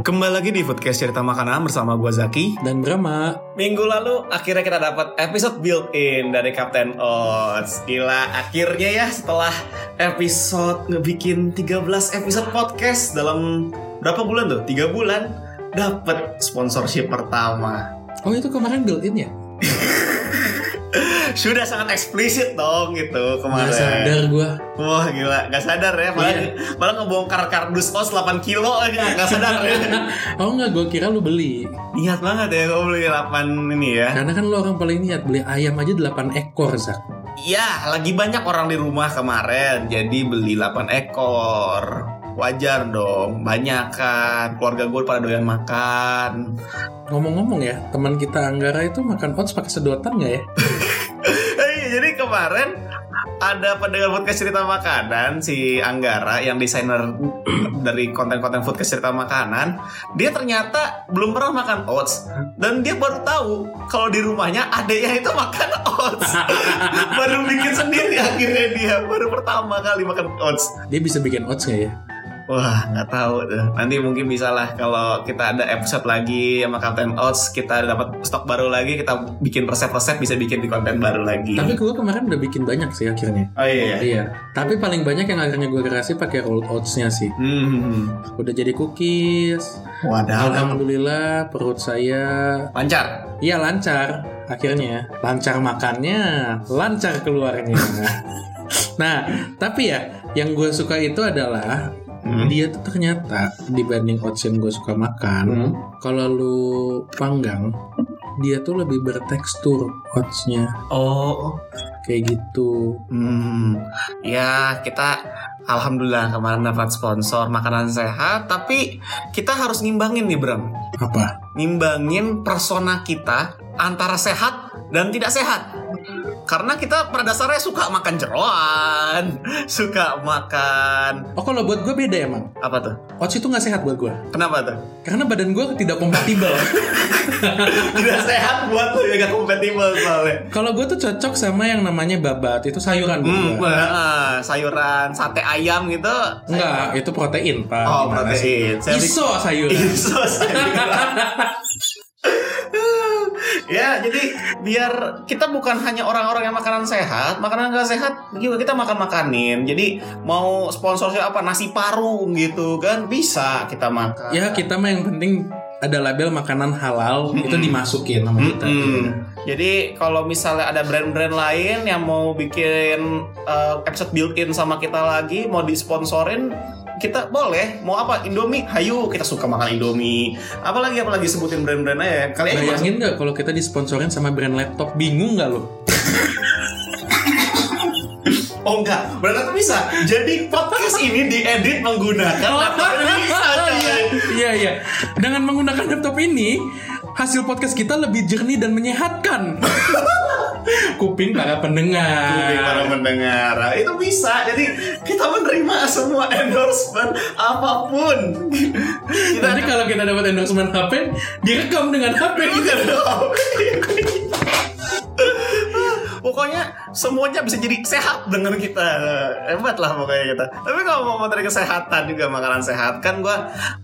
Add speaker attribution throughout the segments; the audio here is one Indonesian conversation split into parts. Speaker 1: Kembali lagi di Foodcast Cerita Makanan bersama gua Zaki.
Speaker 2: Dan Brahma,
Speaker 1: Minggu lalu akhirnya kita dapat episode built-in dari Kapten Oats. Gila, akhirnya ya setelah episode ngebikin 13 episode podcast dalam berapa bulan tuh? 3 bulan dapat sponsorship pertama.
Speaker 2: oh itu kemarin built-in ya?
Speaker 1: Sudah sangat eksplisit dong gitu
Speaker 2: Nggak
Speaker 1: kemarin.
Speaker 2: gue.
Speaker 1: Wah gila, gak sadar ya. Malah, malah ngebongkar kardus os 8 kilo aja, gak sadar ya.
Speaker 2: Oh enggak, gue kira lu beli.
Speaker 1: Niat banget ya gue beli 8 ini ya.
Speaker 2: Karena kan lu orang paling niat beli ayam aja 8 ekor, Zak.
Speaker 1: Ya, lagi banyak orang di rumah kemarin, jadi beli 8 ekor. Wajar dong, banyak kan. Keluarga gue pada doyan makan.
Speaker 2: Ngomong-ngomong ya, teman kita Anggara itu makan oats pakai sedotan nggak ya?
Speaker 1: Eh, jadi kemarin ada pendengar podcast cerita makanan si Anggara yang desainer dari konten-konten podcast cerita makanan dia ternyata belum pernah makan oats dan dia baru tahu kalau di rumahnya adeknya itu makan oats baru bikin sendiri akhirnya dia baru pertama kali makan oats
Speaker 2: Dia bisa bikin oats nggak ya?
Speaker 1: Wah, nggak tahu tuh. Nanti mungkin bisa lah kalau kita ada episode lagi sama Captain Oats, kita dapat stok baru lagi, kita bikin resep-resep bisa bikin di konten baru lagi.
Speaker 2: Tapi gue kemarin udah bikin banyak sih akhirnya.
Speaker 1: oh iya. iya.
Speaker 2: Iya, tapi paling banyak yang akhirnya gue kreasi pakai rolled oats-nya sih.
Speaker 1: Hmm,
Speaker 2: Udah jadi cookies.
Speaker 1: wadah.
Speaker 2: Alhamdulillah perut saya
Speaker 1: Lancar.
Speaker 2: ya lancar akhirnya. Lancar makannya, lancar keluarnya. nah, tapi ya yang gue suka itu adalah
Speaker 1: Hmm.
Speaker 2: dia tuh ternyata dibanding oats yang gue suka
Speaker 1: Hmm.
Speaker 2: makan, kalau lu panggang dia tuh lebih bertekstur oatsnya
Speaker 1: Oh,
Speaker 2: kayak gitu.
Speaker 1: hmm. Ya, kita Alhamdulillah kemarin dapat sponsor makanan sehat, tapi kita harus ngimbangin nih, Bram.
Speaker 2: Apa?
Speaker 1: nimbangin persona kita antara sehat dan tidak sehat. Karena kita pada dasarnya suka makan jeroan, suka makan
Speaker 2: Oh kalau buat gue beda emang.
Speaker 1: apa tuh?
Speaker 2: Oats itu nggak sehat buat gue.
Speaker 1: Kenapa tuh?
Speaker 2: Karena badan gue tidak kompatibel.
Speaker 1: Tidak sehat buat lu ya gak kompatibel soalnya.
Speaker 2: Kalau gue tuh cocok sama yang namanya babat, itu sayuran buat
Speaker 1: Hmm,
Speaker 2: gua.
Speaker 1: ah, sayuran sate ayam gitu.
Speaker 2: Enggak, itu protein, Pak.
Speaker 1: Oh,
Speaker 2: Gimana sih?
Speaker 1: protein. Saya pikir- Iya.
Speaker 2: Iso sayuran.
Speaker 1: Iso sayuran. ya jadi biar kita bukan hanya orang-orang yang makanan sehat makanan nggak sehat juga kita makan makanin jadi mau sponsornya apa nasi parung gitu kan bisa kita makan
Speaker 2: ya, kita mah yang penting ada label makanan halal itu dimasukin sama kita.
Speaker 1: Mm-mm. Jadi kalau misalnya ada brand-brand lain yang mau bikin eh, episode built-in sama kita lagi, mau disponsorin, kita boleh. Mau apa? Indomie? Hayu, kita suka makan Indomie. Apalagi apalagi sebutin brand-brand aja. ya. Kalian
Speaker 2: Bayangin nggak kalau kita disponsorin sama brand laptop? Bingung nggak lo?
Speaker 1: Oh enggak, berarti bisa. Jadi podcast ini diedit menggunakan laptop bisa
Speaker 2: Oh, Iya,
Speaker 1: coy.
Speaker 2: Iya, iya. Dengan menggunakan laptop ini, hasil podcast kita lebih jernih dan menyehatkan. Kuping para pendengar.
Speaker 1: Publik para mendengar itu bisa. Jadi kita menerima semua endorsement apapun. Kita
Speaker 2: Nanti kalau kita dapat endorsement HP, direkam dengan HP gitu.
Speaker 1: Bukan dong. Pokoknya semuanya bisa jadi sehat dengan kita Hebat lah pokoknya kita Tapi kalau mau materi kesehatan juga Makanan sehat Kan gue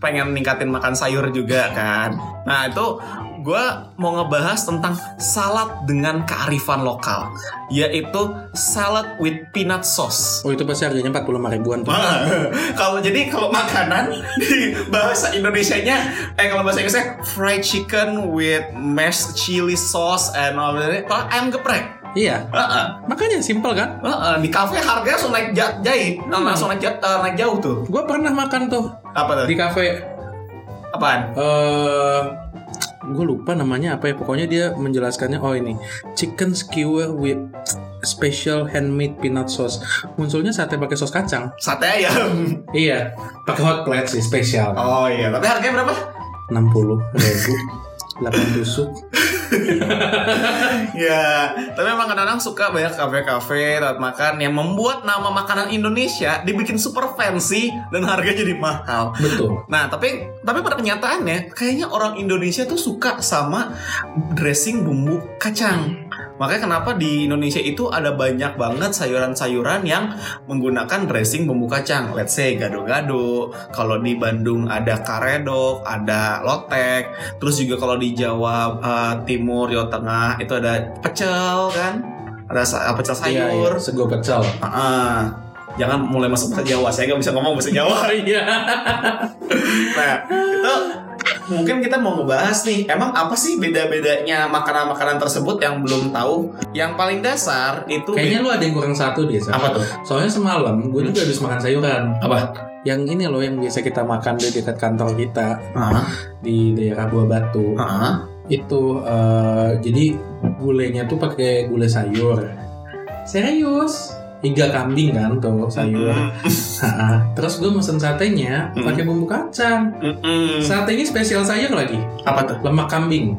Speaker 1: pengen ningkatin makan sayur juga kan Nah itu gue mau ngebahas tentang salad dengan kearifan lokal Yaitu salad with peanut sauce
Speaker 2: Oh itu pasti harganya 45 ribuan tuh.
Speaker 1: Wah, kalau jadi kalau makanan di bahasa Indonesianya eh kalau bahasa Inggrisnya fried chicken with mashed chili sauce and all that. Kalau ayam geprek.
Speaker 2: Iya.
Speaker 1: Heeh.
Speaker 2: Makanya simpel kan?
Speaker 1: Heeh, di kafe harganya langsung naik ja- jai, langsung naik, ja- eh, naik jauh tuh.
Speaker 2: Gue pernah makan tuh
Speaker 1: Apa
Speaker 2: di
Speaker 1: tuh?
Speaker 2: kafe
Speaker 1: Apaan?
Speaker 2: eh gue lupa namanya apa ya pokoknya dia menjelaskannya oh ini chicken skewer with special handmade peanut sauce munculnya sate pakai sos kacang
Speaker 1: Sate ayam.
Speaker 2: iya pakai hot plate sih spesial
Speaker 1: Oh iya, tapi harganya berapa?
Speaker 2: 60 ribu 8 tusuk
Speaker 1: Ya, tapi emang kadang-kadang suka banyak kafe-kafe tempat makan yang membuat nama makanan Indonesia dibikin super fancy dan harganya jadi mahal.
Speaker 2: betul
Speaker 1: Nah, tapi tapi pada kenyataannya kayaknya orang Indonesia tuh suka sama dressing bumbu
Speaker 2: Hmm.
Speaker 1: kacang. Makanya kenapa di Indonesia itu ada banyak banget sayuran-sayuran yang menggunakan dressing bumbu kacang. Let's say gado-gado, kalau di Bandung ada karedok, ada lotek, terus juga kalau di Jawa eh, Timur, Jawa Tengah itu ada pecel kan? Ada sa- pecel
Speaker 2: Iya,
Speaker 1: sayur.
Speaker 2: iya, sego pecel
Speaker 1: Ah, jangan mulai masuk bahasa Jawa, saya nggak bisa ngomong bahasa Jawa.
Speaker 2: iya
Speaker 1: Nah, itu mungkin kita mau ngebahas nih, emang apa sih beda-bedanya makanan-makanan tersebut yang belum tahu? Yang paling dasar itu
Speaker 2: kayaknya lu ada yang kurang satu deh Sam.
Speaker 1: apa tuh?
Speaker 2: soalnya semalam gue juga habis makan sayuran
Speaker 1: Apa?
Speaker 2: yang ini loh yang biasa kita makan di dekat kantor kita
Speaker 1: Heeh.
Speaker 2: di daerah Buah Batu
Speaker 1: Heeh.
Speaker 2: itu eh, jadi gulainya tuh pakai gulai sayur serius iga kambing kan tuh sayur
Speaker 1: Iya.
Speaker 2: Ha-ha. terus gue mesen satenya
Speaker 1: Hmm.
Speaker 2: ya. pakai bumbu kacang
Speaker 1: Mm-mm.
Speaker 2: satenya spesial sayur lagi
Speaker 1: Apa tuh?
Speaker 2: lemak kambing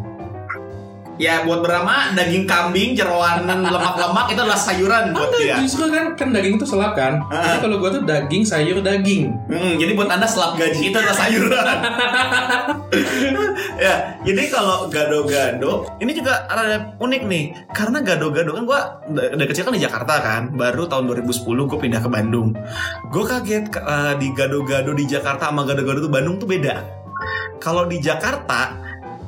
Speaker 1: Ya buat berama daging kambing, jeroanan, lemak-lemak itu adalah sayuran buat dia.
Speaker 2: justru kan kan daging itu selap kan
Speaker 1: Ah.
Speaker 2: Jadi kalau gue tuh daging sayur daging
Speaker 1: Mm, jadi buat anda selap gaji itu adalah sayuran. ya, jadi kalau gado-gado ini juga ada unik nih, karena gado-gado kan gua d- dari kecil kan di Jakarta kan, baru tahun 2010 gue pindah ke Bandung. Gue kaget ke- eh, di gado-gado di Jakarta sama gado-gado tuh Bandung tuh beda. Kalau di Jakarta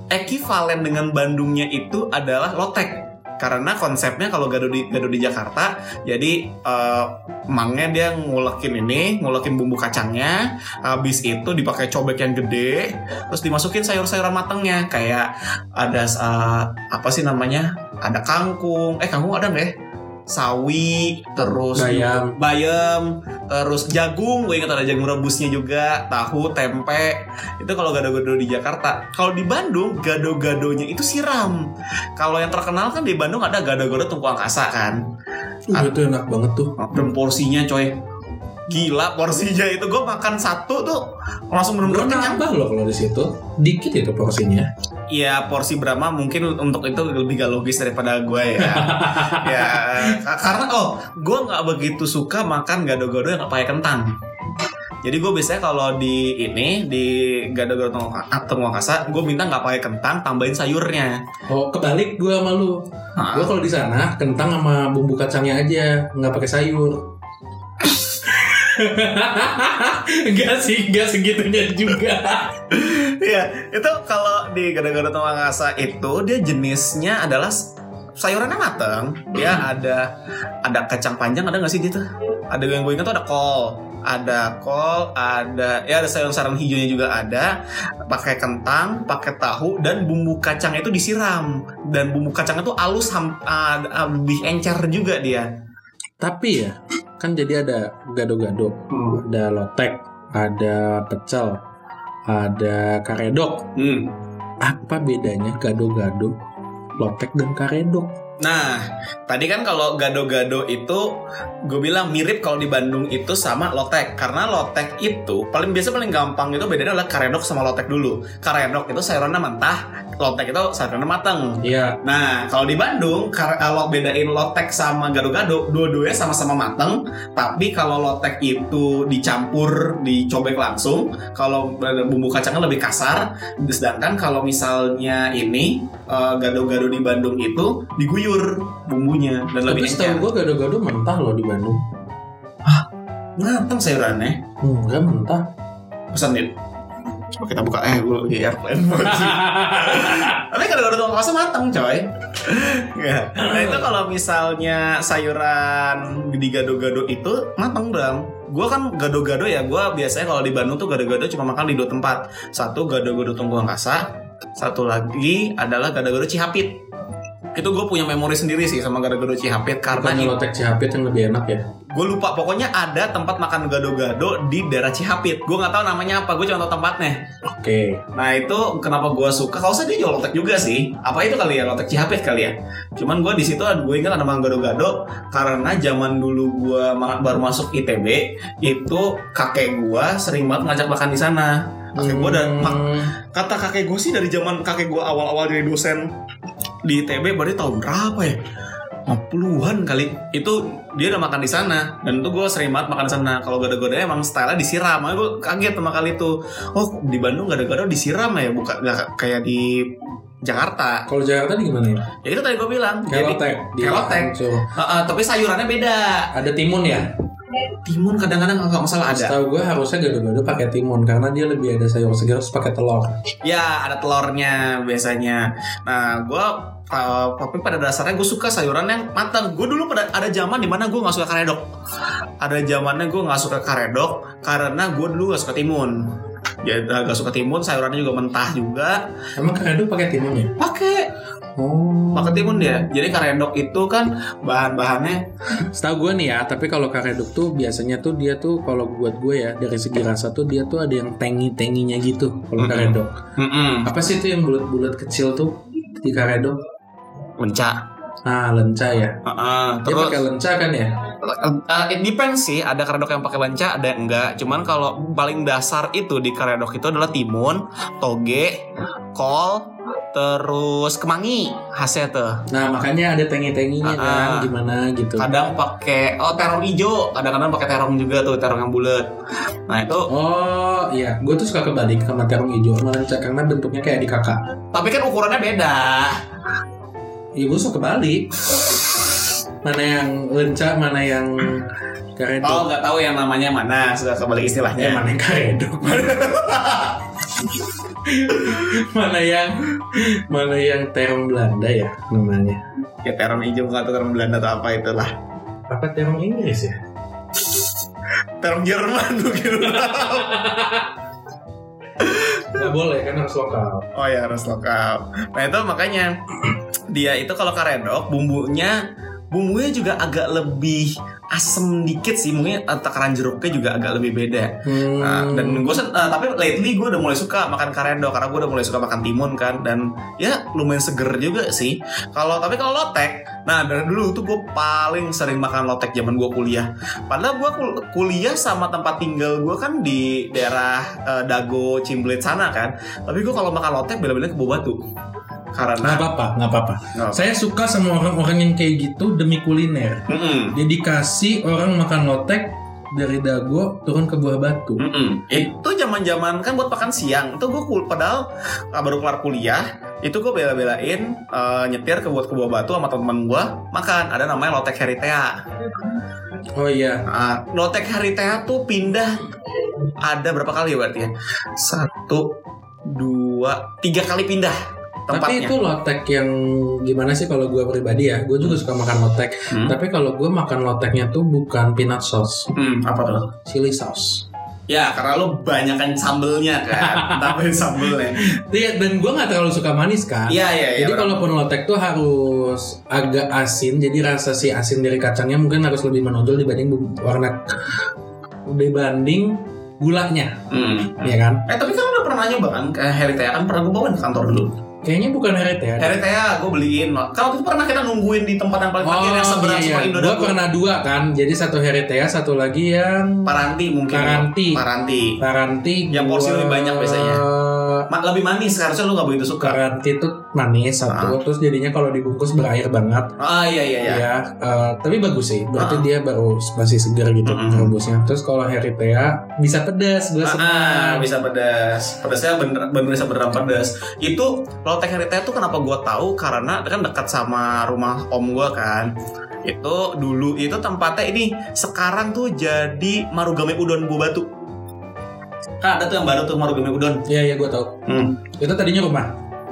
Speaker 1: ekivalen dengan Bandungnya itu adalah lotek. Karena konsepnya kalau gado di gado di Jakarta, jadi eh, mangnya dia ngulekin ini, ngulekin bumbu kacangnya, habis itu dipakai cobek yang gede, terus dimasukin sayur-sayuran matangnya kayak ada eh, apa sih namanya? Ada kangkung, eh kangkung ada nggak ya? Sawi, terus
Speaker 2: Bayam.
Speaker 1: bayam, terus jagung, gue ingat ada jagung rebusnya juga, tahu, tempe. Itu kalau gado-gado di Jakarta. Kalau di Bandung, gado-gadonya itu siram. Kalau yang terkenal kan di Bandung ada gado-gado tungku angkasa kan.
Speaker 2: Uh, itu enak banget tuh
Speaker 1: Dan porsinya coy Gila porsinya itu Gue makan satu tuh Langsung
Speaker 2: Gue
Speaker 1: bener-bener kenyang
Speaker 2: nambah loh kalau di situ dikit itu porsinya
Speaker 1: Ya porsi Brahma mungkin untuk itu lebih gak logis daripada gue ya Ya ka- Karena oh Gue gak begitu suka makan gado-gado yang gak pakai kentang jadi gue biasanya kalau di ini di gado-gado tengok tengok angkasa, gue minta nggak pakai kentang, tambahin sayurnya.
Speaker 2: Oh, kebalik gua sama lu.
Speaker 1: Hah?
Speaker 2: Gua kalau di sana kentang sama bumbu kacangnya aja, nggak pakai sayur. Enggak sih, enggak segitunya juga.
Speaker 1: Iya, itu kalau di gado-gado tengah angkasa itu dia jenisnya adalah s- sayurannya mateng. Dia ada ada kacang panjang ada nggak sih gitu? Ada yang gue ingat tuh ada kol, ada kol, ada ya ada sayuran-sayuran hijaunya juga ada. Pakai kentang, pakai tahu dan bumbu kacang itu disiram dan bumbu kacang itu halus ham- ah, ah, lebih encer juga dia.
Speaker 2: Tapi ya, kan jadi ada gado-gado, ada lotek, ada pecel, ada karedok.
Speaker 1: Hmm.
Speaker 2: Apa bedanya gado-gado, lotek dan karedok?
Speaker 1: Nah, tadi kan kalau gado-gado itu gue bilang mirip kalau di Bandung itu sama lotek karena lotek itu paling biasa paling gampang itu bedanya adalah karedok sama lotek dulu. Karedok itu sayurannya mentah, lotek itu sayurannya mateng.
Speaker 2: Iya,
Speaker 1: Nah, kalau di Bandung kar- kalau bedain lotek sama gado-gado, dua-duanya sama-sama mateng, tapi kalau lotek itu dicampur, dicobek langsung, kalau bumbu kacangnya lebih kasar, sedangkan kalau misalnya ini eh, gado-gado di Bandung itu diguyur bumbunya dan
Speaker 2: tapi
Speaker 1: lebih
Speaker 2: setahu
Speaker 1: encer.
Speaker 2: gua gado-gado mentah loh di Bandung.
Speaker 1: Mateng sayurannya.
Speaker 2: Enggak mentah.
Speaker 1: Pesan Dit. Coba kita buka eh gue lagi airplane mode sih. Tapi gado-gado tukang kosong mateng coy Nggak. Nah itu kalau misalnya sayuran di gado-gado itu mateng dong Gue kan gado-gado ya Gue biasanya kalau di Bandung tuh gado-gado cuma makan di dua tempat Satu gado-gado Tunggu Angkasa Satu lagi adalah gado-gado Cihapit itu gue punya memori sendiri sih sama gado-gado Cihapit karena
Speaker 2: Bukannya
Speaker 1: itu-
Speaker 2: lotek cihapit yang lebih enak ya?
Speaker 1: gue lupa pokoknya ada tempat makan gado-gado di daerah Cihapit gue nggak tahu namanya apa gue cuma tahu tempatnya
Speaker 2: Oke.
Speaker 1: nah itu kenapa gue suka kalau saya dia jual lotek juga sih apa itu kali ya lotek Cihapit kali ya cuman gue di situ gue ingat ada makan gado-gado karena zaman dulu gue baru masuk ITB itu kakek gue sering banget ngajak makan di sana kakek gue
Speaker 2: Hmm,
Speaker 1: dan mak- kata kakek gue sih dari zaman kakek gue awal-awal jadi dosen di ITB berarti tahun berapa ya? 50-an kali itu dia udah makan di sana dan itu gue sering banget makan di sana kalau gado-gado emang style disiram makanya gue kaget sama kali itu oh di Bandung gado-gado disiram ya bukan nggak kayak di Jakarta
Speaker 2: Kalau Jakarta di gimana ya?
Speaker 1: ya itu tadi gue bilang jadi
Speaker 2: Kelotek. Di
Speaker 1: kelotek.
Speaker 2: Ancol.
Speaker 1: Heeh, tapi sayurannya beda
Speaker 2: Ada timun ya?
Speaker 1: timun kadang-kadang nggak masalah ada
Speaker 2: Setahu gue harusnya gado-gado pakai timun karena dia lebih ada sayur segar terus pakai telur.
Speaker 1: Ya, ada telurnya biasanya. Nah, gue tapi pada dasarnya gue suka sayuran yang matang. Gue dulu pada ada zaman dimana gue nggak suka karedok. Ada zamannya gue nggak suka karedok karena gue dulu nggak suka timun. Ya, nggak suka timun, sayurannya juga mentah juga.
Speaker 2: Emang keredo pakai timun ya?
Speaker 1: Pakai,
Speaker 2: Oh.
Speaker 1: pakai timun dia. Jadi karedok itu kan bahan-bahannya.
Speaker 2: Setahu gue nih ya, tapi kalau karedok tuh biasanya tuh dia tuh kalau buat gue ya dari segi rasa tuh dia tuh ada yang tengi-tenginya gitu kalau
Speaker 1: Mm-mm.
Speaker 2: karedok.
Speaker 1: Mm-mm.
Speaker 2: Apa sih itu yang bulat-bulat kecil tuh di karedok?
Speaker 1: Lenca.
Speaker 2: Ah, lenca ya.
Speaker 1: Heeh,
Speaker 2: Dia
Speaker 1: terus-
Speaker 2: pakai lenca kan ya?
Speaker 1: Uh, it depends sih, ada karedok yang pakai lenca, ada yang enggak. Cuman kalau paling dasar itu di karedok itu adalah timun, toge, kol, terus kemangi khasnya tuh.
Speaker 2: Nah, makanya ada tengi-tenginya
Speaker 1: Ah,
Speaker 2: kan
Speaker 1: ah.
Speaker 2: gimana gitu.
Speaker 1: Kadang pakai oh terong hijau, kadang-kadang pakai terong juga tuh, terong yang bulat. Nah, itu
Speaker 2: Oh iya, gue tuh suka kebalik sama terong hijau sama lenca karena bentuknya kayak di kakak.
Speaker 1: tapi kan ukurannya beda.
Speaker 2: Ya gue suka kebalik. mana yang lenca, mana yang
Speaker 1: Oh,
Speaker 2: karedok.
Speaker 1: nggak tahu yang namanya mana, sudah kebalik
Speaker 2: Eh,
Speaker 1: istilahnya.
Speaker 2: mana yang karedok? mana yang mana yang terong Belanda ya namanya?
Speaker 1: Ya terong hijau atau terong Belanda atau apa itulah.
Speaker 2: Apa terong Inggris ya?
Speaker 1: Terong Jerman mungkin.
Speaker 2: Gak boleh kan harus lokal.
Speaker 1: Oh ya harus lokal. Nah itu makanya dia itu kalau karedok bumbunya bumbunya juga agak lebih asem dikit sih mungkin eh, takaran jeruknya juga agak lebih beda.
Speaker 2: Hmm.
Speaker 1: Nah, dan gue tapi lately gue udah mulai suka makan karedok karena gue udah mulai suka makan timun kan dan ya lumayan seger juga sih. Kalau tapi kalau lotek, nah dari dulu tuh gue paling sering makan lotek zaman gue kuliah. Padahal gue kul- kuliah sama tempat tinggal gue kan di daerah eh, Dago Cimblet sana kan. Tapi gue kalau makan lotek bela-belain ke Bawah Batu
Speaker 2: Nggak
Speaker 1: karena
Speaker 2: apa-apa, nggak apa-apa. Saya suka sama orang-orang yang kayak gitu demi kuliner.
Speaker 1: Mm-mm.
Speaker 2: Dedikasi orang makan lotek dari Dago turun ke Buah Batu.
Speaker 1: Mm-mm. Itu zaman-zaman kan buat makan siang. Itu gue kul padahal ah, baru kelar kuliah, itu gue bela-belain eh, nyetir ke buat ke Buah Batu sama teman gue makan. Ada namanya Lotek Heritea.
Speaker 2: Oh iya,
Speaker 1: Ah, Lotek Heritea tuh pindah ada berapa kali ya berarti ya? Satu, dua, tiga kali pindah tempatnya.
Speaker 2: tapi itu lotek yang gimana sih kalau gue pribadi ya? Gue juga suka makan lotek.
Speaker 1: Hmm.
Speaker 2: Tapi kalau gue makan loteknya tuh bukan peanut sauce,
Speaker 1: Hmm, apa tuh?
Speaker 2: chili sauce.
Speaker 1: Ya, karena lo banyakan sambelnya kan. Tambahin sambelnya.
Speaker 2: Iya, dan gue nggak terlalu suka manis kan.
Speaker 1: Iya, iya, iya.
Speaker 2: Jadi
Speaker 1: bener.
Speaker 2: kalaupun lotek tuh harus agak asin, jadi rasa si asin dari kacangnya mungkin harus lebih menonjol dibanding bu- warna dibanding gulanya,
Speaker 1: Hmm.
Speaker 2: ya kan?
Speaker 1: Eh, tapi kan lo udah pernah nyoba kan ke Heritea kan pernah gue bawain ke kantor dulu.
Speaker 2: Kayaknya bukan heret
Speaker 1: Eh,
Speaker 2: ya.
Speaker 1: Heritea gue beliin Kalau itu pernah kita nungguin di tempat yang paling
Speaker 2: Oh,
Speaker 1: terakhir yang seberang sama Indo
Speaker 2: Gue iya, pernah dua kan, jadi satu Heritea, satu lagi yang
Speaker 1: Paranti mungkin
Speaker 2: Paranti.
Speaker 1: Paranti
Speaker 2: Paranti.
Speaker 1: Yang porsi lebih banyak biasanya. Ma- Lebih manis harusnya lu gak begitu suka
Speaker 2: Paranti itu manis satu, terus jadinya kalau dibungkus berair banget.
Speaker 1: Ah iya iya iya
Speaker 2: Ya, eh, tapi bagus sih. Berarti
Speaker 1: Ah.
Speaker 2: dia baru masih segar gitu
Speaker 1: Mm-mm.
Speaker 2: rebusnya. Terus kalau Heritea bisa pedas,
Speaker 1: Ah,
Speaker 2: gue
Speaker 1: ah,
Speaker 2: senang.
Speaker 1: bisa pedas pedasnya bener bener bisa beneran pedas itu lotek heritage tuh kenapa gue tahu karena kan dekat sama rumah om gue kan itu dulu itu tempatnya ini sekarang tuh jadi marugame udon bu batu kan ada tuh yang baru tuh marugame udon
Speaker 2: Iya, iya gue tau.
Speaker 1: hmm.
Speaker 2: Itu tadinya rumah.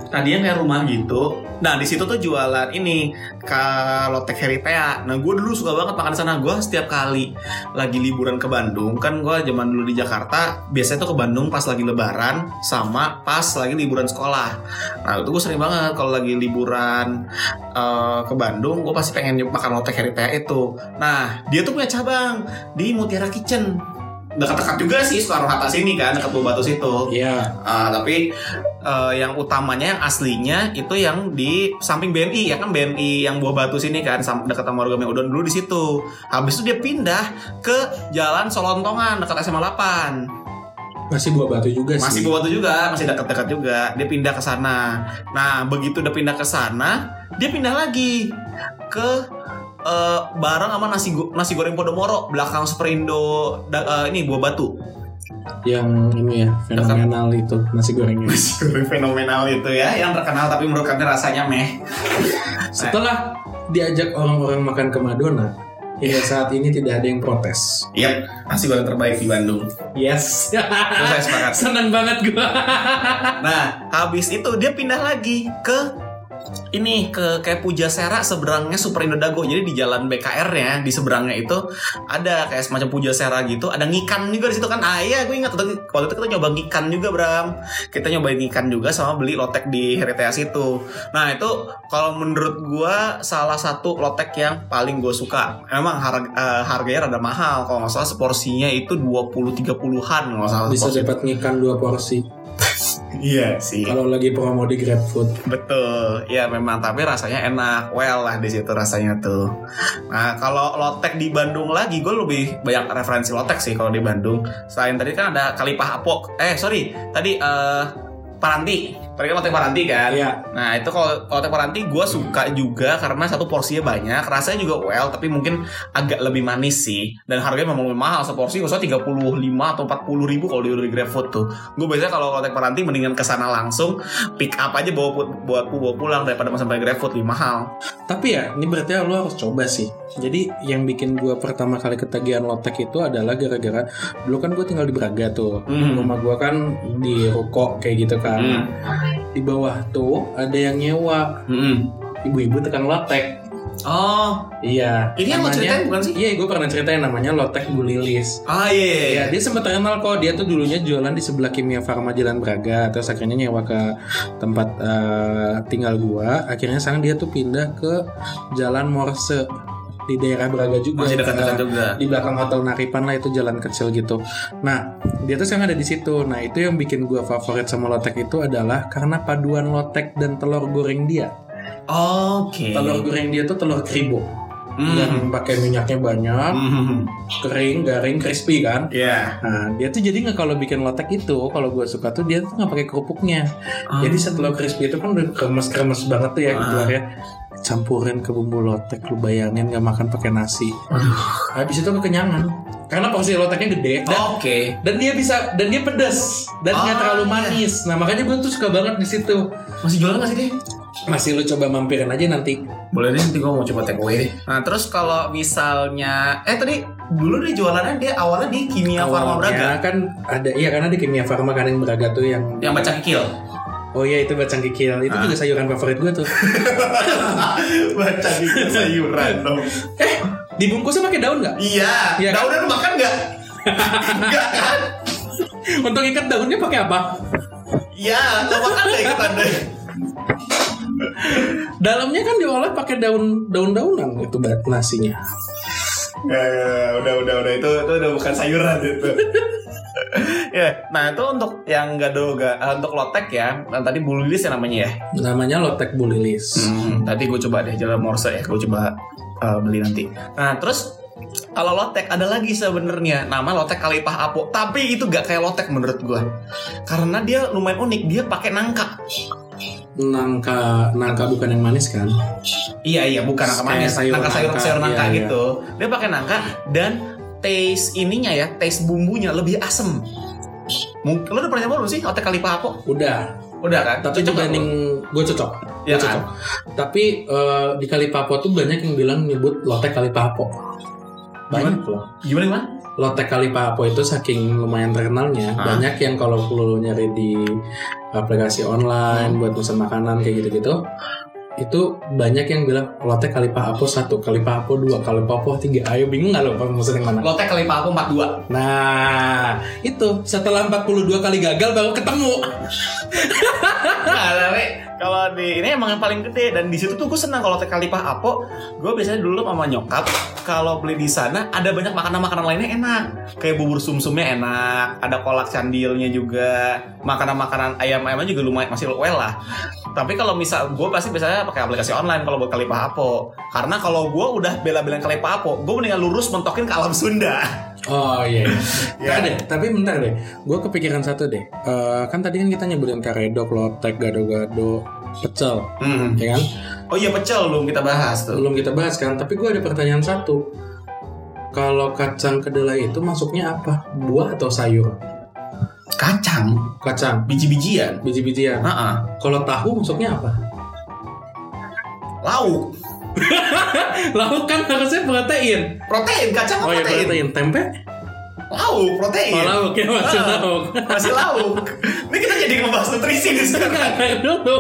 Speaker 1: tadinya kayak rumah gitu. Nah, di situ tuh jualan ini kalotek heritea. Nah, gue dulu suka banget makan di sana. Gue setiap kali lagi liburan ke Bandung, kan gue zaman dulu di Jakarta, biasanya tuh ke Bandung pas lagi lebaran sama pas lagi liburan sekolah. Nah, itu gue sering banget kalau lagi liburan eh, ke Bandung, gue pasti pengen makan lotek heritea itu. Nah, dia tuh punya cabang di Mutiara Kitchen. Dekat-dekat juga sih Soekarno Hatta sini kan, dekat Batu situ.
Speaker 2: Iya.
Speaker 1: Ah, tapi eh, yang utamanya yang aslinya itu yang di samping BMI ya kan BMI yang buah batu sini kan sam- dekat sama Origami Udon dulu di situ. Habis itu dia pindah ke Jalan Solontongan dekat SMA 8.
Speaker 2: Masih buah batu juga
Speaker 1: Masih
Speaker 2: sih.
Speaker 1: buah batu juga, masih dekat-dekat juga. Dia pindah ke sana. Nah, begitu udah pindah ke sana, dia pindah lagi ke eh, bareng sama nasi go- nasi goreng Podomoro belakang Superindo da- eh, ini buah batu.
Speaker 2: Yang ini ya fenomenal itu nasi gorengnya.
Speaker 1: Nasi goreng fenomenal itu ya yang terkenal tapi menurut kami rasanya meh
Speaker 2: Setelah diajak orang-orang makan ke Madonna,
Speaker 1: Iya.
Speaker 2: hingga saat ini tidak ada yang protes.
Speaker 1: yep nasi goreng terbaik di Bandung
Speaker 2: Yes.
Speaker 1: itu saya sepakat
Speaker 2: Senang banget gua.
Speaker 1: nah habis itu dia pindah lagi ke ini ke kayak Puja Sera seberangnya Super Indodago jadi di jalan BKR ya di seberangnya itu ada kayak semacam Puja Sera gitu ada ngikan juga di situ kan ah iya gue ingat waktu- waktu itu kita nyoba ngikan juga Bram kita nyobain ikan juga sama beli lotek di Heritage itu. Nah itu kalau menurut gua salah satu lotek yang paling gue suka. Emang harga, eh, harganya rada mahal kalau nggak salah seporsinya itu 20-30-an kalau nggak salah.
Speaker 2: Bisa
Speaker 1: seporsi.
Speaker 2: dapat ngikan dua porsi
Speaker 1: Iya sih.
Speaker 2: kalau lagi promo di GrabFood.
Speaker 1: Betul, ya memang tapi rasanya enak, well lah di situ rasanya tuh. Nah kalau lotek di Bandung lagi, gue lebih banyak referensi lotek sih kalau di Bandung. Selain tadi kan ada Kalipah Apok, eh sorry, tadi eh Paranti, tadi kan lotek Paranti kan.
Speaker 2: Iya.
Speaker 1: Nah itu kalau kalau lotek Paranti gue suka juga karena satu porsinya banyak, rasanya juga well tapi mungkin agak lebih manis sih. Dan harganya memang lebih mahal seporsi, gue tiga puluh atau 40 ribu kalau di order GrabFood tuh. Gue biasanya kalau lotek Paranti mendingan kesana langsung pick up aja bawa pu- buat pu- bawa pulang daripada masa pakai GrabFood lebih mahal.
Speaker 2: Tapi ya, ini berarti lo harus coba sih. Jadi yang bikin gua pertama kali ketagihan lotek itu adalah gara-gara dulu kan gue tinggal di Braga tuh.
Speaker 1: Hmm.
Speaker 2: Rumah gua kan di ruko kayak gitu kan.
Speaker 1: Hmm.
Speaker 2: Di bawah tuh ada yang nyewa
Speaker 1: Hmm.
Speaker 2: ibu-ibu tekan lotek.
Speaker 1: Oh,
Speaker 2: Iya.
Speaker 1: ini yang lo ceritain bukan sih?
Speaker 2: Iya, gue pernah ceritain namanya lotek Bu Lilis.
Speaker 1: Ah iya. iya, iya.
Speaker 2: Iya, dia sempat terkenal kok. Dia tuh dulunya jualan di sebelah Kimia Farma Jalan Braga, terus akhirnya nyewa ke tempat eh, tinggal gua. Akhirnya sekarang dia tuh pindah ke Jalan Morse di daerah Braga juga.
Speaker 1: Masih dekat-dekat
Speaker 2: Eh,
Speaker 1: juga.
Speaker 2: di belakang hotel Naripan lah itu jalan kecil gitu. Nah, dia tuh sekarang ada di situ. Nah, itu yang bikin gua favorit sama lotek itu adalah karena paduan lotek dan telur goreng dia.
Speaker 1: Oke.
Speaker 2: Telur goreng dia tuh telur kribo
Speaker 1: Hmm.
Speaker 2: yang pakai minyaknya banyak,
Speaker 1: Hmm.
Speaker 2: kering, garing, crispy kan.
Speaker 1: Iya.
Speaker 2: Nah, dia tuh jadi nggak kalau bikin lotek itu, kalau gue suka tuh dia tuh nggak pakai kerupuknya.
Speaker 1: Ah.
Speaker 2: Jadi setelah crispy itu kan udah kremes-kremes banget tuh ya
Speaker 1: Ah.
Speaker 2: keluarnya. Campurin ke bumbu lotek, lu bayangin nggak makan pakai nasi. Habis itu kekenyangan. Karena porsi loteknya gede dan,
Speaker 1: Oke.
Speaker 2: dan dia bisa dan dia pedas dan nggak
Speaker 1: Ah,
Speaker 2: terlalu
Speaker 1: iya.
Speaker 2: manis. Nah makanya gue tuh suka banget di situ.
Speaker 1: Masih jualan nggak sih deh?
Speaker 2: Masih lu coba mampirin aja nanti.
Speaker 1: Boleh deh, nanti gue mau coba take away deh. Nah, terus kalau misalnya, eh tadi dulu dia jualannya dia awalnya di Kimia Farma Braga,
Speaker 2: Awalnya kan ada iya karena di kimia farma kan yang beraga tuh yang
Speaker 1: yang baca kikil.
Speaker 2: oh iya itu bacang kikil itu
Speaker 1: Ah.
Speaker 2: juga sayuran favorit gue tuh.
Speaker 1: baca kikil sayuran dong.
Speaker 2: eh dibungkusnya pakai daun nggak?
Speaker 1: Iya.
Speaker 2: Iya kan?
Speaker 1: Daunan makan nggak? Nggak kan?
Speaker 2: Untuk ikat daunnya pakai apa?
Speaker 1: Iya, nggak makan deh ikutan deh.
Speaker 2: Dalamnya kan diolah pakai daun daun daunan itu buat nasinya.
Speaker 1: Ya, ya, ya, udah udah udah itu itu udah bukan sayuran itu. ya, nah itu untuk yang gado ga- eh, untuk lotek ya. Nah, tadi bulu lilis ya namanya ya.
Speaker 2: Namanya lotek bulilis.
Speaker 1: Hmm, tadi gue coba deh jalan morse ya, gue coba eh, beli nanti. Nah terus kalau lotek ada lagi sebenarnya nama lotek kalipah apo, tapi itu gak kayak lotek menurut gue, karena dia lumayan unik, dia pakai nangka.
Speaker 2: Nangka nangka bukan yang manis kan?
Speaker 1: Iya iya, bukan nangka
Speaker 2: Kayak
Speaker 1: manis,
Speaker 2: sayur
Speaker 1: nangka sayur
Speaker 2: nangka,
Speaker 1: sayur
Speaker 2: iya,
Speaker 1: nangka
Speaker 2: iya.
Speaker 1: gitu. Dia pakai nangka dan taste ininya ya, taste bumbunya lebih asem. Mungkin lo udah pernah nyoba belum sih lotek kalipah apo?
Speaker 2: Udah.
Speaker 1: Udah kan?
Speaker 2: Tapi
Speaker 1: Cocok nggak
Speaker 2: dibanding
Speaker 1: lo?
Speaker 2: gue cocok. Gua
Speaker 1: Ya
Speaker 2: cocok. Tapi eh, di Kalipapo tuh banyak yang bilang nyebut lotek Kalipapo. Banyak loh.
Speaker 1: gimana gimana?
Speaker 2: Lotek Kalipapo itu saking lumayan terkenalnya
Speaker 1: Ah.
Speaker 2: banyak yang kalau lu nyari di aplikasi online buat pesan makanan kayak gitu-gitu itu banyak yang bilang lotek kali pahapo satu kali pahapo dua kali pahapo tiga ayo bingung nggak lo pesan yang mana
Speaker 3: Lotek kali Pak Apo 42.
Speaker 2: nah itu setelah 42 kali gagal baru ketemu
Speaker 1: Nah, tapi kalau di ini emang yang paling gede dan di situ tuh gue senang kalau tekalipah apo. Gue biasanya dulu sama nyokap kalau beli di sana ada banyak makanan-makanan lainnya enak. Kayak bubur sumsumnya enak, ada kolak candilnya juga, makanan-makanan ayam-ayamnya juga lumayan masih well lah. Tapi kalau misal gue pasti biasanya pakai aplikasi online kalau buat kalipah apo. Karena kalau gue udah bela-belain kalipah apo, gue mendingan lurus mentokin ke alam Sunda.
Speaker 2: oh iya
Speaker 1: Ya.
Speaker 2: Ntar deh, tapi bentar deh. Gue kepikiran satu deh. Eh, kan tadi kan kita nyebelin karedok, lotek, gado-gado, pecel,
Speaker 1: Hmm.
Speaker 2: ya kan?
Speaker 1: Oh iya pecel belum kita bahas tuh.
Speaker 2: Belum kita bahas kan. Tapi gue ada pertanyaan satu. Kalau kacang kedelai itu masuknya apa? Buah atau sayur?
Speaker 1: Kacang,
Speaker 2: Kacang,
Speaker 1: biji-bijian.
Speaker 2: biji-bijian.
Speaker 1: Heeh.
Speaker 2: Kalau tahu masuknya apa?
Speaker 1: Lauk,
Speaker 2: Lauk kan harusnya protein.
Speaker 1: protein, kacang
Speaker 2: Oh iya
Speaker 1: protein.
Speaker 2: protein. Tempe?
Speaker 1: Lauk, protein.
Speaker 2: Oh lauk ya maksud
Speaker 1: Ah.
Speaker 2: lauk.
Speaker 1: Masih lauk. Ini kita jadi ngebahas nutrisi di sekarang.
Speaker 2: Ntar dulu.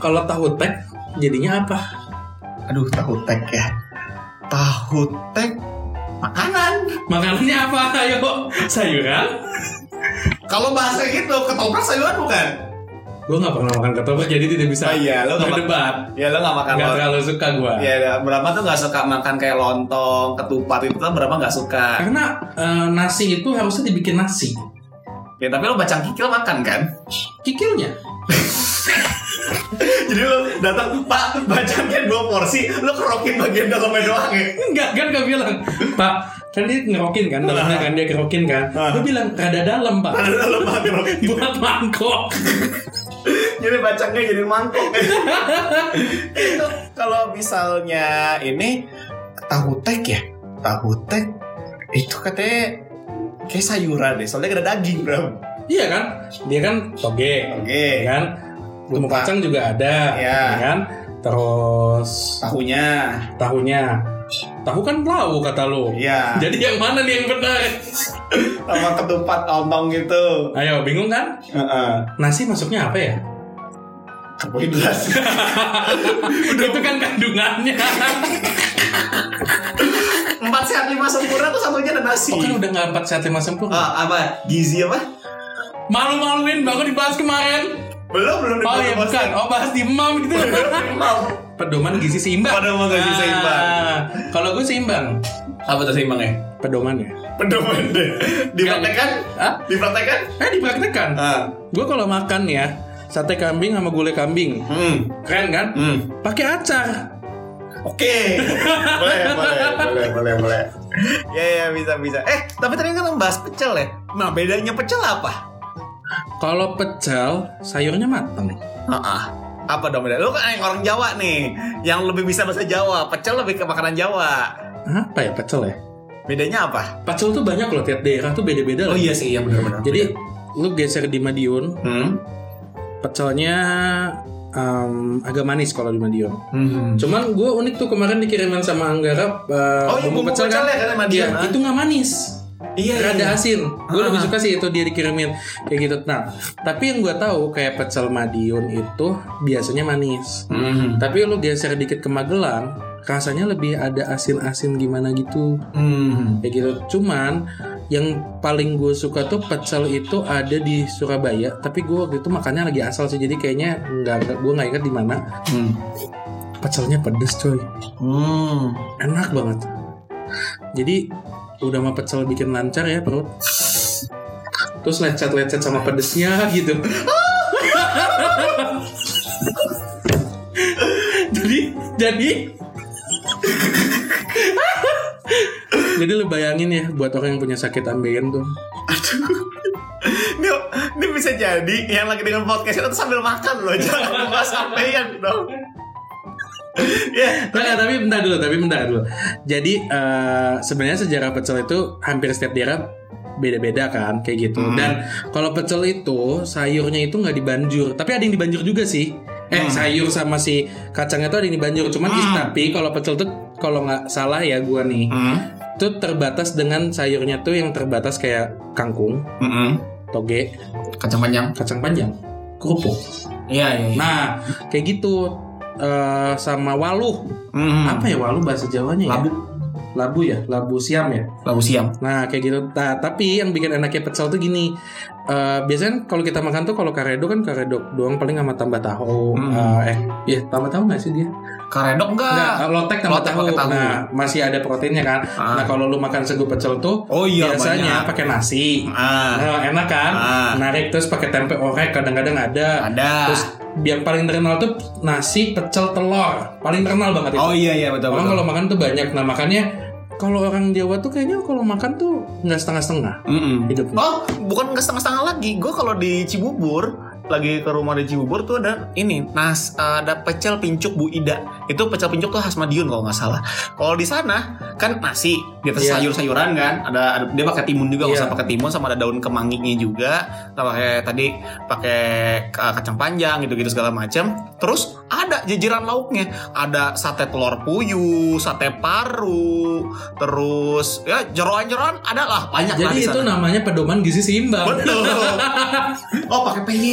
Speaker 2: Kalau tahu tek jadinya apa?
Speaker 1: Aduh, tahu tek ya. Tahu tek makanan.
Speaker 2: Makanannya apa? Ayo sayuran.
Speaker 1: Kalau bahasa gitu, ketoprak sayuran bukan?
Speaker 2: Gue nggak pernah makan ketoprak jadi tidak bisa
Speaker 1: Ah, iya, lo nggak mak-
Speaker 2: berdebat.
Speaker 1: Ya lo gak makan
Speaker 2: Nggak
Speaker 1: lontong.
Speaker 2: terlalu suka gue.
Speaker 1: Ya, ya, Brahma tuh gak suka makan kayak lontong, ketupat itu kan Brahma gak suka.
Speaker 2: Karena eh, nasi itu harusnya dibikin nasi.
Speaker 1: Ya tapi lo bacang kikil makan kan?
Speaker 2: Kikilnya.
Speaker 1: Jadi lo datang, Pak, bacangnya dua porsi, lo kerokin bagian dalamnya doang ya?
Speaker 2: Enggak kan gue bilang Pak kan dia ngerokin kan dalamnya kan dia kerokin kan
Speaker 1: Ah.
Speaker 2: gue bilang rada dalam pak
Speaker 1: Ada lo Pak, kerokin.
Speaker 2: buat mangkok
Speaker 1: jadi bacangnya jadi mangkok itu kalau misalnya ini tahu tek ya tahu tek itu katanya kayak sayuran deh soalnya ada daging bro
Speaker 2: iya kan dia kan toge
Speaker 1: Toge.
Speaker 2: ya kan bumbu
Speaker 1: Ketupat.
Speaker 2: kacang juga ada
Speaker 1: Iya.
Speaker 2: ya kan terus
Speaker 1: tahunya
Speaker 2: tahunya tahu kan blau kata lo
Speaker 1: ya
Speaker 2: jadi yang mana nih yang benar
Speaker 1: sama ketupat ontong gitu
Speaker 2: ayo bingung kan
Speaker 1: Heeh.
Speaker 2: Nasi masuknya apa ya?
Speaker 1: karbohidrat
Speaker 2: Itu kan kandungannya.
Speaker 1: empat sehat lima sempurna tuh satunya ada nasi
Speaker 2: Oh kan udah nggak empat sehat lima sempurna.
Speaker 1: Ah, apa gizi apa
Speaker 2: Malu-maluin baru dibahas kemarin.
Speaker 1: belum belum
Speaker 2: Oh iya bukan. Oh bahas di mam gitu. Pedoman gizi seimbang.
Speaker 1: Pedoman gizi seimbang.
Speaker 2: Ah, Kalau gue seimbang.
Speaker 3: Apa tuh seimbangnya?
Speaker 2: Pedomannya.
Speaker 1: pedoman deh dipraktekan
Speaker 2: Hah?
Speaker 1: dipraktekan
Speaker 2: Eh dipraktekan.
Speaker 1: ah
Speaker 2: Gue kalau makan ya sate kambing sama gulai kambing.
Speaker 1: hmm
Speaker 2: Keren kan?
Speaker 1: hmm
Speaker 2: Pakai acar.
Speaker 1: Oke, boleh, boleh, boleh, boleh, boleh. Ya, ya, bisa, bisa. Eh, tapi tadi kan membahas pecel ya. Nah, bedanya pecel apa?
Speaker 2: Kalau pecel sayurnya matang.
Speaker 1: Heeh. Apa dong beda? Lu kan yang orang Jawa nih, yang lebih bisa bahasa Jawa. Pecel lebih ke makanan Jawa.
Speaker 2: Apa ya pecel ya?
Speaker 1: Bedanya apa?
Speaker 2: Pecel tuh banyak loh tiap daerah tuh beda-beda loh.
Speaker 1: iya sih, iya benar-benar.
Speaker 2: Jadi lu geser di Madiun,
Speaker 1: hmm,
Speaker 2: pecelnya em, agak manis kalau di Madiun.
Speaker 1: hmm.
Speaker 2: Cuman gue unik tuh kemarin dikiriman sama Anggara eh,
Speaker 1: Oh, iya, bumbu pecel ya, karena Madiun,
Speaker 2: Iya,
Speaker 1: ah.
Speaker 2: itu nggak manis.
Speaker 1: Iya, iya.
Speaker 2: Rada asin. Gue
Speaker 1: Ah.
Speaker 2: lebih suka sih itu dia dikirimin kayak gitu. Nah, tapi yang gue tahu kayak pecel Madiun itu biasanya manis.
Speaker 1: Hmm.
Speaker 2: Tapi lu geser dikit ke Magelang, rasanya lebih ada asin-asin gimana gitu.
Speaker 1: Hmm.
Speaker 2: kayak gitu cuman yang paling gue suka tuh pecel itu ada di Surabaya tapi gue waktu itu makannya lagi asal sih jadi kayaknya nggak gue nggak ingat di mana
Speaker 1: Hmm.
Speaker 2: pecelnya pedes coy
Speaker 1: Hmm.
Speaker 2: enak banget jadi udah mah pecel bikin lancar ya perut terus lecet-lecet sama pedesnya gitu jadi jadi jadi lu bayangin ya buat orang yang punya sakit ambeien tuh
Speaker 1: Ini, ini bisa jadi yang lagi dengan podcast itu sambil makan loh, jangan bahas sampean dong. Ya,
Speaker 2: Nggak, nggak, tapi bentar dulu, tapi bentar dulu. Jadi eh, sebenarnya sejarah pecel itu hampir setiap daerah beda-beda kan kayak gitu.
Speaker 1: Hmm.
Speaker 2: Dan kalau pecel itu sayurnya itu nggak dibanjur, tapi ada yang dibanjur juga sih. Eh sayur sama si kacangnya itu ada yang dibanjur. Cuman is- tapi kalau pecel tuh kalau nggak salah ya gua nih,
Speaker 1: Hmm.
Speaker 2: itu terbatas dengan sayurnya tuh yang terbatas kayak kangkung,
Speaker 1: Hmm.
Speaker 2: toge,
Speaker 3: Kacang panjang.
Speaker 2: kacang panjang, kerupuk.
Speaker 3: Iya iya. iya.
Speaker 2: Nah, kayak gitu eh, sama waluh.
Speaker 1: Hmm,
Speaker 2: Apa ya waluh bahasa Jawanya ya?
Speaker 3: Labu.
Speaker 2: Labu ya, labu Siam ya.
Speaker 3: Labu siam.
Speaker 2: Nah, kayak gitu. Nah, tapi yang bikin enaknya pecel tuh gini. Eh, biasanya kalau kita makan tuh kalau karedo kan karedo doang paling sama tambah tahu.
Speaker 3: Hmm.
Speaker 2: Eh, ya tambah tahu nggak sih dia?
Speaker 3: Karedok enggak?
Speaker 2: Enggak, eh, lotek tambah
Speaker 3: Lotek
Speaker 2: tahu.
Speaker 3: pakai tahu.
Speaker 2: Nah, masih ada proteinnya kan.
Speaker 3: Ah.
Speaker 2: Nah, kalau lu makan sego pecel tuh
Speaker 3: Oh iya
Speaker 2: biasanya
Speaker 3: banyak.
Speaker 2: pakai nasi.
Speaker 3: Ah,
Speaker 2: Nah, enak kan?
Speaker 3: Ah.
Speaker 2: Narik terus pakai tempe orek kadang-kadang ada.
Speaker 3: ada.
Speaker 2: Terus yang paling terkenal tuh nasi pecel telur. Paling terkenal banget itu.
Speaker 3: oh iya iya betul
Speaker 2: Orang
Speaker 3: betul.
Speaker 2: kalau makan tuh banyak. Nah, makannya kalau orang Jawa tuh kayaknya kalau makan tuh nggak setengah-setengah
Speaker 3: Mm-mm.
Speaker 2: hidupnya.
Speaker 1: Oh, bukan nggak setengah-setengah lagi. Gue kalau di Cibubur lagi ke rumah di Cibubur tuh ada ini nas eh, ada pecel pincuk Bu Ida itu pecel pincuk tuh khas Madiun kalau nggak salah kalau di sana kan nasi di atas
Speaker 2: Iya.
Speaker 1: sayur-sayuran kan ada, ada- dia pakai timun juga nggak
Speaker 2: Iya.
Speaker 1: usah pakai timun sama ada daun kemanginya juga sama kayak tadi pakai ka- kacang panjang gitu-gitu segala macam terus ada jajaran lauknya ada sate telur puyuh sate paru terus ya jeroan-jeroan ada lah banyak lah
Speaker 2: Jadi
Speaker 1: di
Speaker 2: itu
Speaker 1: sana.
Speaker 2: namanya pedoman gizi seimbang.
Speaker 1: Betul. oh pakai PY.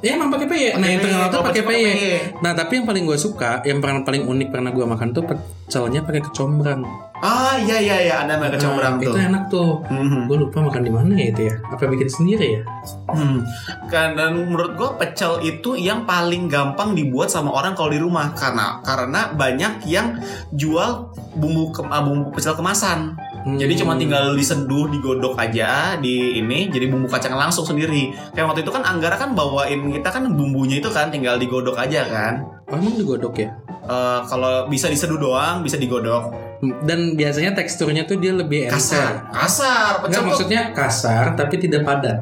Speaker 2: Ya emang pakai peye. Nah,
Speaker 1: Pakai
Speaker 2: yang
Speaker 1: peye,
Speaker 2: terkenal tuh
Speaker 1: kalau
Speaker 2: pakai
Speaker 1: pecel
Speaker 2: peye.
Speaker 1: pakai peye.
Speaker 2: Nah, tapi yang paling gue suka, yang paling paling unik pernah gue makan tuh pecelnya pakai kecombrang.
Speaker 1: Ah iya iya iya ada mereka
Speaker 2: Nah,
Speaker 1: combrang
Speaker 2: itu
Speaker 1: tuh.
Speaker 2: enak tuh.
Speaker 1: Mhm.
Speaker 2: Gue lupa makan di mana ya itu ya. Apa bikin sendiri ya?
Speaker 1: Hmm. Kan dan menurut gue pecel itu yang paling gampang dibuat sama orang kalau di rumah karena karena banyak yang jual bumbu ke, ah, bumbu pecel kemasan.
Speaker 2: Hmm.
Speaker 1: Jadi cuma tinggal diseduh, digodok aja di ini jadi bumbu kacang langsung sendiri. Kayak waktu itu kan Anggara kan bawain kita kan bumbunya itu kan tinggal digodok aja kan.
Speaker 2: Oh, emang digodok ya.
Speaker 1: Eh, kalau bisa diseduh doang, bisa digodok.
Speaker 2: Dan biasanya teksturnya tuh dia lebih encer.
Speaker 1: Kasar, kasar.
Speaker 2: Enggak,
Speaker 1: Pecel tuh
Speaker 2: maksudnya kasar tapi tidak padat.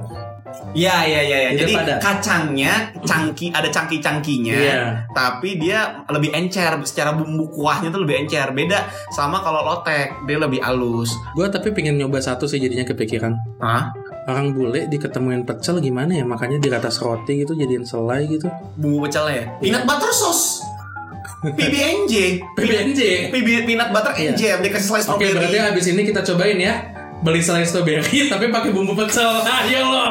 Speaker 1: Ya ya ya ya.
Speaker 2: Tidak
Speaker 1: Jadi
Speaker 2: padat.
Speaker 1: kacangnya
Speaker 2: Mm-hmm.
Speaker 1: cangki ada cangki-cangkinya.
Speaker 2: Iya.
Speaker 1: Tapi dia lebih encer secara bumbu kuahnya tuh lebih encer. Beda sama kalau lotek, dia lebih halus.
Speaker 2: Gue tapi pengen nyoba satu sih jadinya kepikiran.
Speaker 1: Hah?
Speaker 2: Orang bule diketemuin pecel gimana ya? Makanya di atas roti gitu jadiin selai gitu.
Speaker 1: Bumbu pecelnya ya. Peanut butter sauce. PB&J.
Speaker 2: PBNJ.
Speaker 1: PB peanut butter
Speaker 2: Iya.
Speaker 1: and jam dikasih slice
Speaker 2: Oke,
Speaker 1: strawberry.
Speaker 2: berarti ya. habis ini kita cobain ya. Beli selai strawberry tapi pakai bumbu pecel. Ah, iya Ayo loh.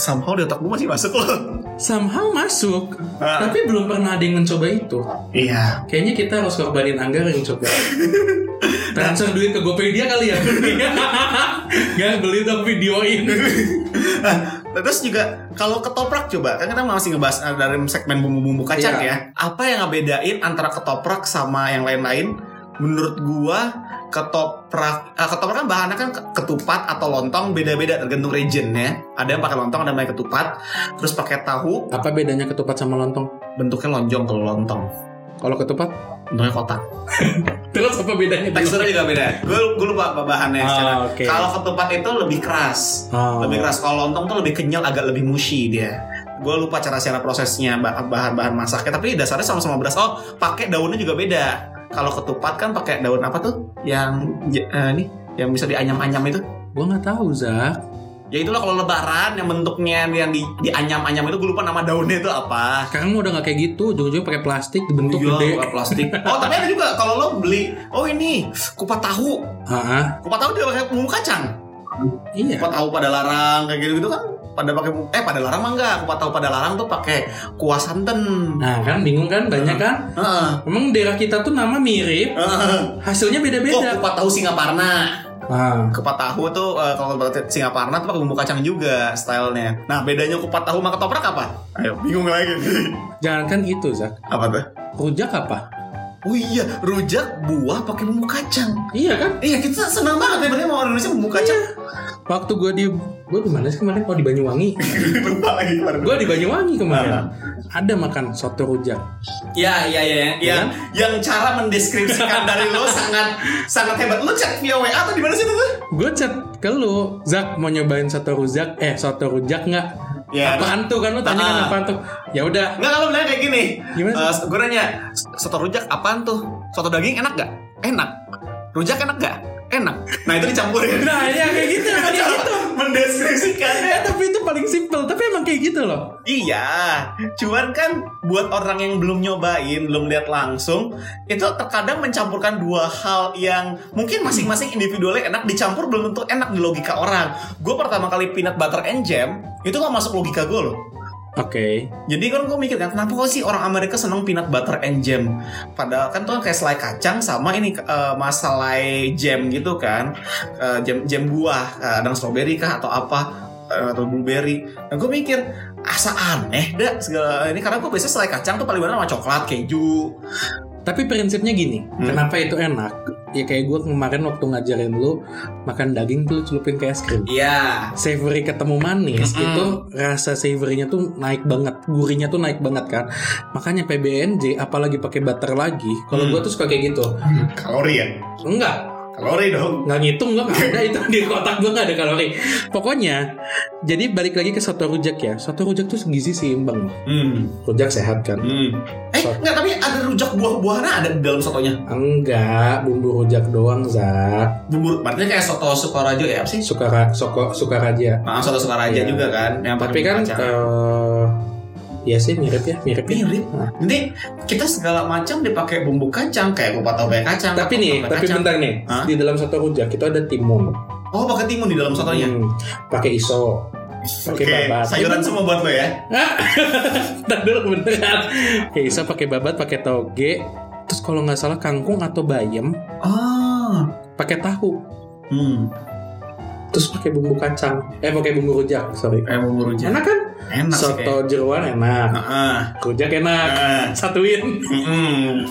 Speaker 1: somehow di otak gue masih masuk loh.
Speaker 2: Somehow masuk.
Speaker 1: Ah.
Speaker 2: Tapi belum pernah ada yang mencoba itu.
Speaker 1: Iya.
Speaker 2: Kayaknya kita harus korbanin anggaran yang coba. Transfer duit ke Gopedia kali ya. Gak beli dong videoin.
Speaker 1: Nah, terus juga kalau ketoprak coba, kan kita masih ngebahas eh, dari segmen bumbu-bumbu kacang ya. Apa yang ngebedain antara ketoprak sama yang lain-lain? Menurut gua ketoprak eh, ketoprak kan bahannya kan ke- ketupat atau lontong beda-beda tergantung region ya. Ada yang pakai lontong, ada yang pakai ketupat, terus pakai tahu,
Speaker 2: Apa bedanya ketupat sama lontong?
Speaker 1: bentuknya lonjong kalau lontong.
Speaker 2: Kalau ketupat,
Speaker 1: Bentuknya kotak.
Speaker 2: terus apa bedanya?
Speaker 1: Teksturnya juga beda. Gue gue lupa apa bahannya.
Speaker 2: Ah,
Speaker 1: secara-
Speaker 2: oke.
Speaker 1: Kalau ketupat itu lebih keras.
Speaker 2: Oh.
Speaker 1: lebih keras kalau lontong tuh lebih kenyal agak lebih mushy dia gue lupa cara cara prosesnya ba- bahan-bahan masaknya tapi dasarnya sama-sama beras oh pakai daunnya juga beda kalau ketupat kan pakai daun apa tuh yang j- eh, ini yang bisa dianyam-anyam itu
Speaker 2: Gua nggak tahu Zak.
Speaker 1: ya itulah kalau lebaran yang bentuknya yang di, dianyam-anyam itu gue lupa nama daunnya itu apa
Speaker 2: Sekarang mah udah nggak kayak gitu. Ujung-ujung pakai plastik dibentuk
Speaker 1: Iya,
Speaker 2: gede.
Speaker 1: bukan plastik oh tapi ada juga kalau lo beli oh ini kupat tahu
Speaker 2: Ah,
Speaker 1: kupat tahu dia pakai bumbu kacang
Speaker 2: iya.
Speaker 1: kupat tahu pada larang kayak gitu gitu kan pada pakai eh pada larang mah enggak kupat tahu pada larang tuh pakai kuah santan
Speaker 2: Nah kan bingung kan banyak kan?
Speaker 1: Heeh.
Speaker 2: Emang daerah kita tuh nama mirip,
Speaker 1: Heeh.
Speaker 2: hasilnya
Speaker 1: Oh,
Speaker 2: beda-beda.
Speaker 1: kupat tahu Singaparna.
Speaker 2: Ah,
Speaker 1: Kupat tahu tuh eh, kalau kupat Singaparna tuh pakai bumbu kacang juga stylenya. Nah, bedanya kupat tahu sama ketoprak apa? Ayo, bingung lagi.
Speaker 2: jangankan itu Zak.
Speaker 1: apa tuh?
Speaker 2: Rujak apa?
Speaker 1: Oh iya, rujak buah pakai bumbu kacang.
Speaker 2: Iya kan?
Speaker 1: Iya, kita senang banget ya berarti mau orang Indonesia bumbu kacang.
Speaker 2: Waktu gue di gue di mana sih kemarin? Oh di Banyuwangi.
Speaker 1: Iya. Lupa lagi kemarin.
Speaker 2: gue di Banyuwangi kemarin. Ada makan soto rujak.
Speaker 3: Iya iya iya. iya.
Speaker 1: yang yang cara mendeskripsikan dari lo sangat sangat hebat. Lo chat via WA atau di mana sih itu tuh?
Speaker 2: Gue chat ke lu, Zak mau nyobain soto rujak? Eh soto rujak nggak?
Speaker 1: Ya,
Speaker 2: Apaan tuh kan lu tanya kan
Speaker 1: Ah.
Speaker 2: apaan tuh? Ya udah.
Speaker 1: Enggak kalau bilang kayak gini.
Speaker 2: Gimana
Speaker 1: Eh, gue nanya, soto rujak apaan tuh? Soto daging enak gak? Enak. Rujak enak gak? Enak. Nah itu dicampurin.
Speaker 2: Nah ini yang kayak gitu, yang kayak gitu.
Speaker 1: Bener mendeskripsikannya.
Speaker 2: tapi itu paling simple tapi emang kayak gitu loh
Speaker 1: Iya, cuman kan buat orang yang belum nyobain, belum lihat langsung, itu terkadang mencampurkan dua hal yang mungkin masing-masing individualnya enak dicampur belum tentu enak di logika orang. Gue pertama kali peanut butter and jam itu gak masuk logika gue loh.
Speaker 2: oke
Speaker 1: Jadi kan gue mikir kan kenapa kok sih orang Amerika seneng peanut butter and jam? Padahal kan tuh kan kayak selai kacang sama ini eh, masalai jam gitu kan, Eh, jam jam buah, eh, kadang strawberry kah atau apa eh, atau blueberry. Nah gue mikir asa aneh dah segala ini karena gue biasanya selai kacang tuh paling benar sama coklat keju.
Speaker 2: tapi prinsipnya gini
Speaker 1: Hmm.
Speaker 2: kenapa itu enak ya kayak gue kemarin waktu ngajarin lu makan daging tuh lu celupin ke es krim
Speaker 3: Iya.
Speaker 2: savory ketemu
Speaker 1: Hmm.
Speaker 2: manis
Speaker 3: Mm-mm.
Speaker 2: itu rasa savorynya tuh naik banget, gurihnya tuh naik banget kan. Makanya PBNJ apalagi pakai butter lagi. Kalau
Speaker 1: Hmm.
Speaker 2: gua tuh suka kayak gitu.
Speaker 1: Kalori ya,
Speaker 2: Enggak,
Speaker 1: kalori dong.
Speaker 2: nggak ngitung gua nggak ada itu di kotak gua nggak ada kalori. Pokoknya jadi balik lagi ke soto rujak ya. Soto rujak tuh gizi seimbang.
Speaker 1: Hmm,
Speaker 2: Rujak sehat kan?
Speaker 1: hmm. Eh nggak tapi ada rujak buah-buahan ada di dalam sotonya.
Speaker 2: Enggak, bumbu rujak doang, Zak.
Speaker 1: Bumbu, berarti kayak soto Sukorajo ya apa sih?
Speaker 2: Suka soko suka raja.
Speaker 1: Nah, soto Sukorajo
Speaker 2: Iya.
Speaker 1: juga kan, yang pakai
Speaker 2: Tapi kan
Speaker 1: kacang.
Speaker 2: eh ya sih mirip ya, mirip ya.
Speaker 1: mirip.
Speaker 2: Nah.
Speaker 1: Nanti kita segala macam dipakai bumbu kacang kayak kupat taupe kacang.
Speaker 2: Tapi
Speaker 1: kupat
Speaker 2: nih,
Speaker 1: taupe
Speaker 2: tapi
Speaker 1: kacang.
Speaker 2: bentar nih.
Speaker 1: Hah?
Speaker 2: Di dalam soto rujak itu ada timun.
Speaker 1: Oh, pakai timun di dalam sotonya.
Speaker 2: Hmm, pakai iso. Pakai
Speaker 1: Oke,
Speaker 2: babat.
Speaker 1: sayuran semua buat lo ya.
Speaker 2: Ntar dulu beneran. Pakai iso, pakai babat, pakai toge. Terus kalau nggak salah kangkung atau bayam,
Speaker 1: Ah.
Speaker 2: pakai tahu.
Speaker 1: Hmm,
Speaker 2: Terus pakai bumbu kacang. Eh pakai bumbu rujak, sorry.
Speaker 1: kayak bumbu rujak.
Speaker 2: Enak kan?
Speaker 1: Enak sih Ah,
Speaker 2: Soto
Speaker 1: kayak.
Speaker 2: jeruan enak.
Speaker 1: Heeh.
Speaker 2: Rujak enak.
Speaker 1: Heeh.
Speaker 2: Satuin.
Speaker 1: Mm-mm.